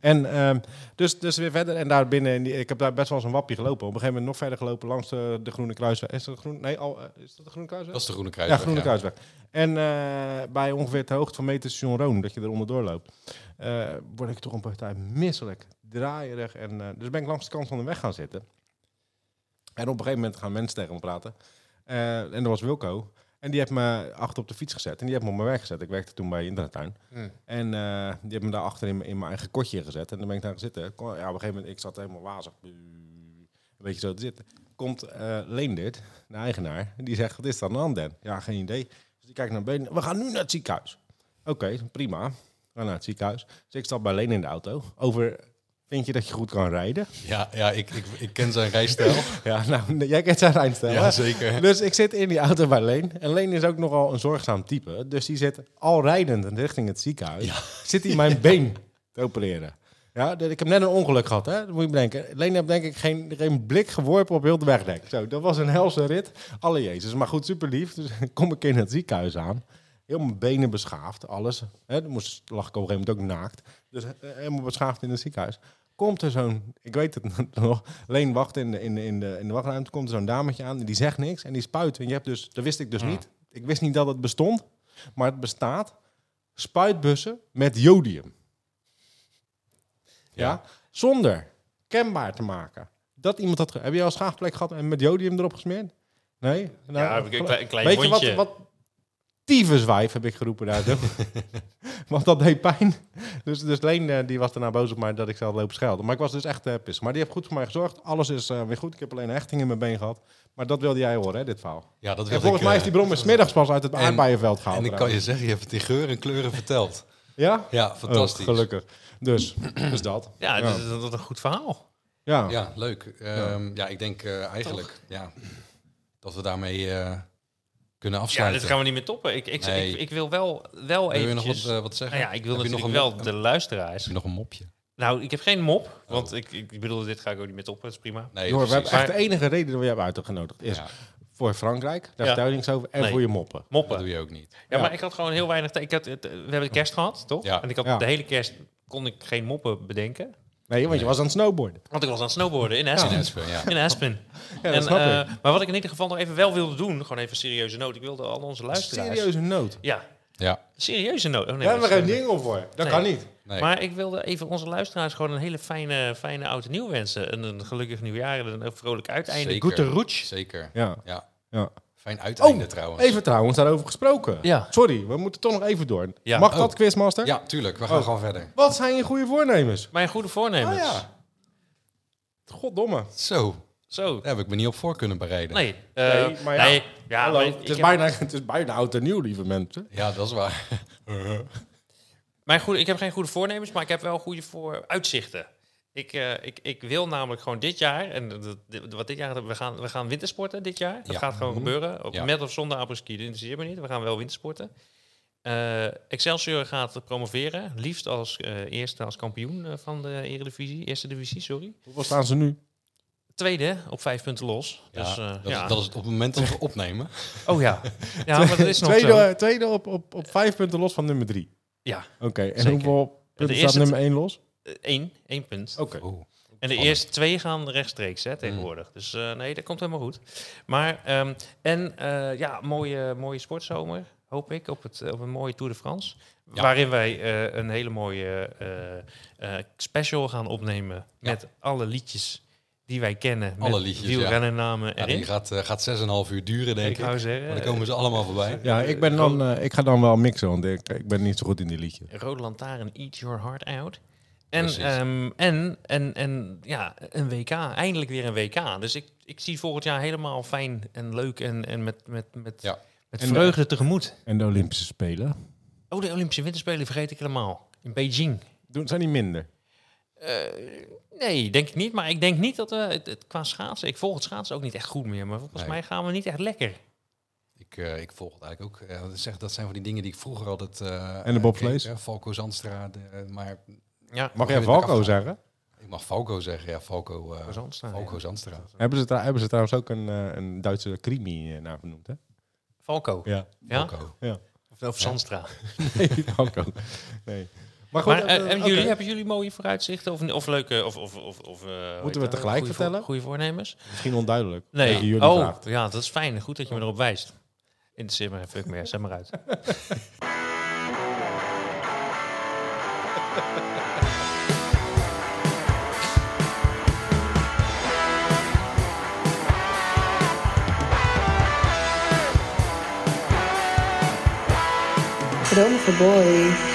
en ehm, dus, dus weer verder. En daar binnen, in die- ik heb daar best wel eens een wappie gelopen. Op een gegeven moment nog verder gelopen langs de, de Groene Kruisweg. Is dat, de groen, nee, al, eh, is dat de Groene Kruisweg? Dat is de Groene Ja, Kruisweg. Groene Kruisweg. En eh, bij ongeveer de hoogte van meterstation Roon, dat je eronder doorloopt, eh, word ik toch een partij misselijk, draaierig. En, eh, dus ben ik langs de kant van de weg gaan zitten. En op een gegeven moment gaan mensen tegen me praten. Eh, en dat was Wilco. En die heeft me achter op de fiets gezet. En die heeft me op mijn werk gezet. Ik werkte toen bij Intratuin. Hmm. En eh, die heeft me daar achter in, mijn- in mijn eigen kotje gezet. En dan ben ik daar gaan zitten. Kom- ja, op een gegeven moment, ik zat helemaal wazig. Een beetje zo te zitten. Komt eh Leendert, de eigenaar. En die zegt, wat is dat aan de hand, Dan? Ja, geen idee. Dus die kijkt naar beneden. We gaan nu naar het ziekenhuis. Oké, prima. We gaan naar het ziekenhuis. Dus ik stap bij Leen in de auto. Over, vind je dat je goed kan rijden? Ja, ja ik, ik, ik ken zijn rijstijl. Ja, nou, jij kent zijn rijstijl, ja, hè? zeker. Dus ik zit in die auto bij Leen. En Leen is ook nogal een zorgzaam type. Dus die zit al rijdend richting het ziekenhuis. Zit hij mijn been te opereren. Ja, dus ik heb net een ongeluk gehad, hè? Dat moet je bedenken. Leen heeft denk ik geen, geen blik geworpen op heel de wegdek. Zo, dat was een helse rit. Alle jezus. Maar goed, super lief. Dus kom ik in het ziekenhuis aan. Heel mijn benen beschaafd, alles. Hè, dan moest, lag ik op een gegeven moment ook naakt. Dus eh, helemaal beschaafd in het ziekenhuis. Komt er zo'n, ik weet het nog, Leen wacht in de, in de, in de, in de wachtruimte. Komt er zo'n dametje aan, die zegt niks en die spuit. En je hebt dus, dat wist ik dus niet. Ik wist niet dat het bestond, maar het bestaat. Spuitbussen met jodium. Ja. Zonder kenbaar te maken. Dat iemand had. ge- Heb je al schaafplek gehad en met jodium erop gesmeerd? Nee? Nou, ja, heb ik een klein, een klein Weet wondje. je wat, wat tyfuswijf heb ik geroepen daar. toen. Want dat deed pijn. Dus, dus Leen eh, die was daarna boos op mij dat ik ze had lopen schelden. Maar ik was dus echt eh pissig. Maar die heeft goed voor mij gezorgd. Alles is eh, weer goed. Ik heb alleen een hechting in mijn been gehad. Maar dat wilde jij horen, hè, dit verhaal. Ja, dat En wil volgens ik, mij eh, is die brom is middags pas uit het en- aardbeienveld gehaald. En ik kan je zeggen, je hebt het in geur en kleuren verteld. Ja? Ja, fantastisch. Oh, gelukkig. Dus, dus dat. Ja, ja. dat is dat is een goed verhaal. ja. Ja, leuk. Ehm, ja. ik denk eh, eigenlijk ja, dat we daarmee eh, kunnen Ja, afsluiten. dit gaan we niet meer toppen. Ik, ik, Nee. ik, ik wil wel, wel Wil je nog wat, eventjes... eh, wat zeggen? nou ja, ik wil Heb je natuurlijk nog een- wel de luisteraars. Heb je nog Oh. een mopje? Nou, ik heb geen mop, want ik, ik bedoel, dit ga ik ook niet meer toppen. Dat is prima. Nee, Jor, we hebben precies. echt de enige reden dat we je hebben uitgenodigd. Is Ja, voor Frankrijk, daar Ja. vertel je niks over. En Nee. voor je moppen. dat Moppen. doe Ja, je ook niet. Ja. maar ik had eh, gewoon heel weinig tijd. Ik had het- We hebben de kerst gehad, toch? Ja. En ik had Ja. de hele kerst kon ik geen moppen bedenken. Nee, want je was aan het snowboarden. Want ik was aan het snowboarden in Aspen. In Espen, ja. In Aspen. Ja, dat En, snap eh, ik. maar wat ik in ieder geval nog even wel wilde doen, gewoon even serieuze noot. Ik wilde al onze luisteraars. Serieuze nood. Ja, ja. serieuze noot. Oh, nee, Daar hebben we dat geen is- ding om voor. Dat Nee. kan niet. Nee. Maar ik wilde even onze luisteraars gewoon een hele fijne, fijne oud en nieuw wensen. Een, een gelukkig nieuwjaar en een vrolijk uiteinde. Zeker. Goede roets. Zeker. Ja. Ja. Ja. Fijn uiteinde Oh, trouwens. Even trouwens, daarover gesproken. Ja. Sorry, we moeten toch nog even door. Ja. Mag Oh. dat, Quizmaster? Ja, tuurlijk. We gaan Oh. gewoon verder. Wat zijn je goede voornemens? Ah, Mijn goede voornemens. Oh ja. Goddomme. Zo. Zo. Daar heb ik me niet op voor kunnen bereiden. Nee. Nee, eh, maar ja. nee. Ja, Hallo, maar ik het, is heb- bijna, het is bijna oud en nieuw, lieve mensen. Ja, dat is waar. Mijn goede, ik heb geen goede voornemens, maar ik heb wel goede vooruitzichten. Ik, eh, ik, ik wil namelijk gewoon dit jaar, en dat- dat- wat dit jaar, we gaan, we gaan wintersporten dit jaar. Dat Ja. gaat Mhm. gewoon gebeuren. Op, Ja. Met of zonder apres-ski, dat interesseert me niet. We gaan wel wintersporten. Eh, Excelsior gaat promoveren, liefst als eh, eerste, als kampioen eh, van de Eredivisie, eerste divisie, sorry. Hoeveel staan ze nu? Tweede op vijf punten los. Ja, dus, eh, dat, ja. Is, dat is het op het moment dat we opnemen. Oh ja, ja maar dat is nog tweede zo. eh, tweede op, op, op vijf punten los van nummer drie. Ja, Oké, en Zeker. hoeveel punten staat eerste- nummer één los? eh, één, één punt. Oké. Oh. En de eerste twee gaan rechtstreeks hè, tegenwoordig. Dus eh, nee, dat komt helemaal goed. Maar, ehm, en eh, ja, mooie, mooie sportzomer, hoop ik, op, het, op een mooie Tour de France. Ja. Waarin wij eh, een hele mooie eh, eh, special gaan opnemen Ja. met alle liedjes die wij kennen. Alle met liedjes, ja. wielrennernamen Ja, erin. die gaat, eh, gaat 6,5 uur duren, denk ik ik. wou Maar dan zeggen, komen ze allemaal voorbij. Ja, ik, ben dan, eh, ik ga dan wel mixen, want ik, ik ben niet zo goed in die liedjes. eh, Rode Lantaarn, Eat Your Heart Out. En, Precies. ehm, en, en, en ja, een WK. Eindelijk weer een WK. Dus ik, ik zie volgend jaar helemaal fijn en leuk en, en met, met, met, Ja. eh, met En- vreugde tegemoet. En de Olympische Spelen? Oh, de Olympische Winterspelen vergeet ik helemaal. In Beijing. Eh, Doen, zijn die minder? Nee, denk ik niet. Maar ik denk niet dat we het, het qua schaatsen... Ik volg het schaatsen ook niet echt goed meer. Maar volgens Nee. mij gaan we niet echt lekker. Ik, eh, ik volg het eigenlijk ook. Eh, dat, zeg, dat zijn van die dingen die ik vroeger altijd... eh, En de bobslees? keek, hè. Valko Zandstra. de- eh, maar Ja, Mag Mag jij je het ook Valko afvragen? zeggen? ik mag Valko zeggen. Ja, Valko, eh, Valko Zandstra, Valko ja. Zandstra. Hebben ze, tra- hebben ze trouwens ook een, eh, een Duitse crimi eh, naar vernoemd, hè? Valko. Ja. Ja? Valko. Of, of Zandstra. Nee, Valko. Nee. Maar goed, Maar, eh, eh, en oké. jullie, hebben jullie mooie vooruitzichten? Of, of leuke... Of, of, of, of, eh, hoe heet we dat? het tegelijk Goeie voor- vertellen? Goede voornemens? Misschien onduidelijk. Nee. dat je jullie oh, vraagt. ja, dat is fijn. Goed dat je me erop wijst. Interesseer me geen fuck meer. Zet maar uit. Dromen voor boys.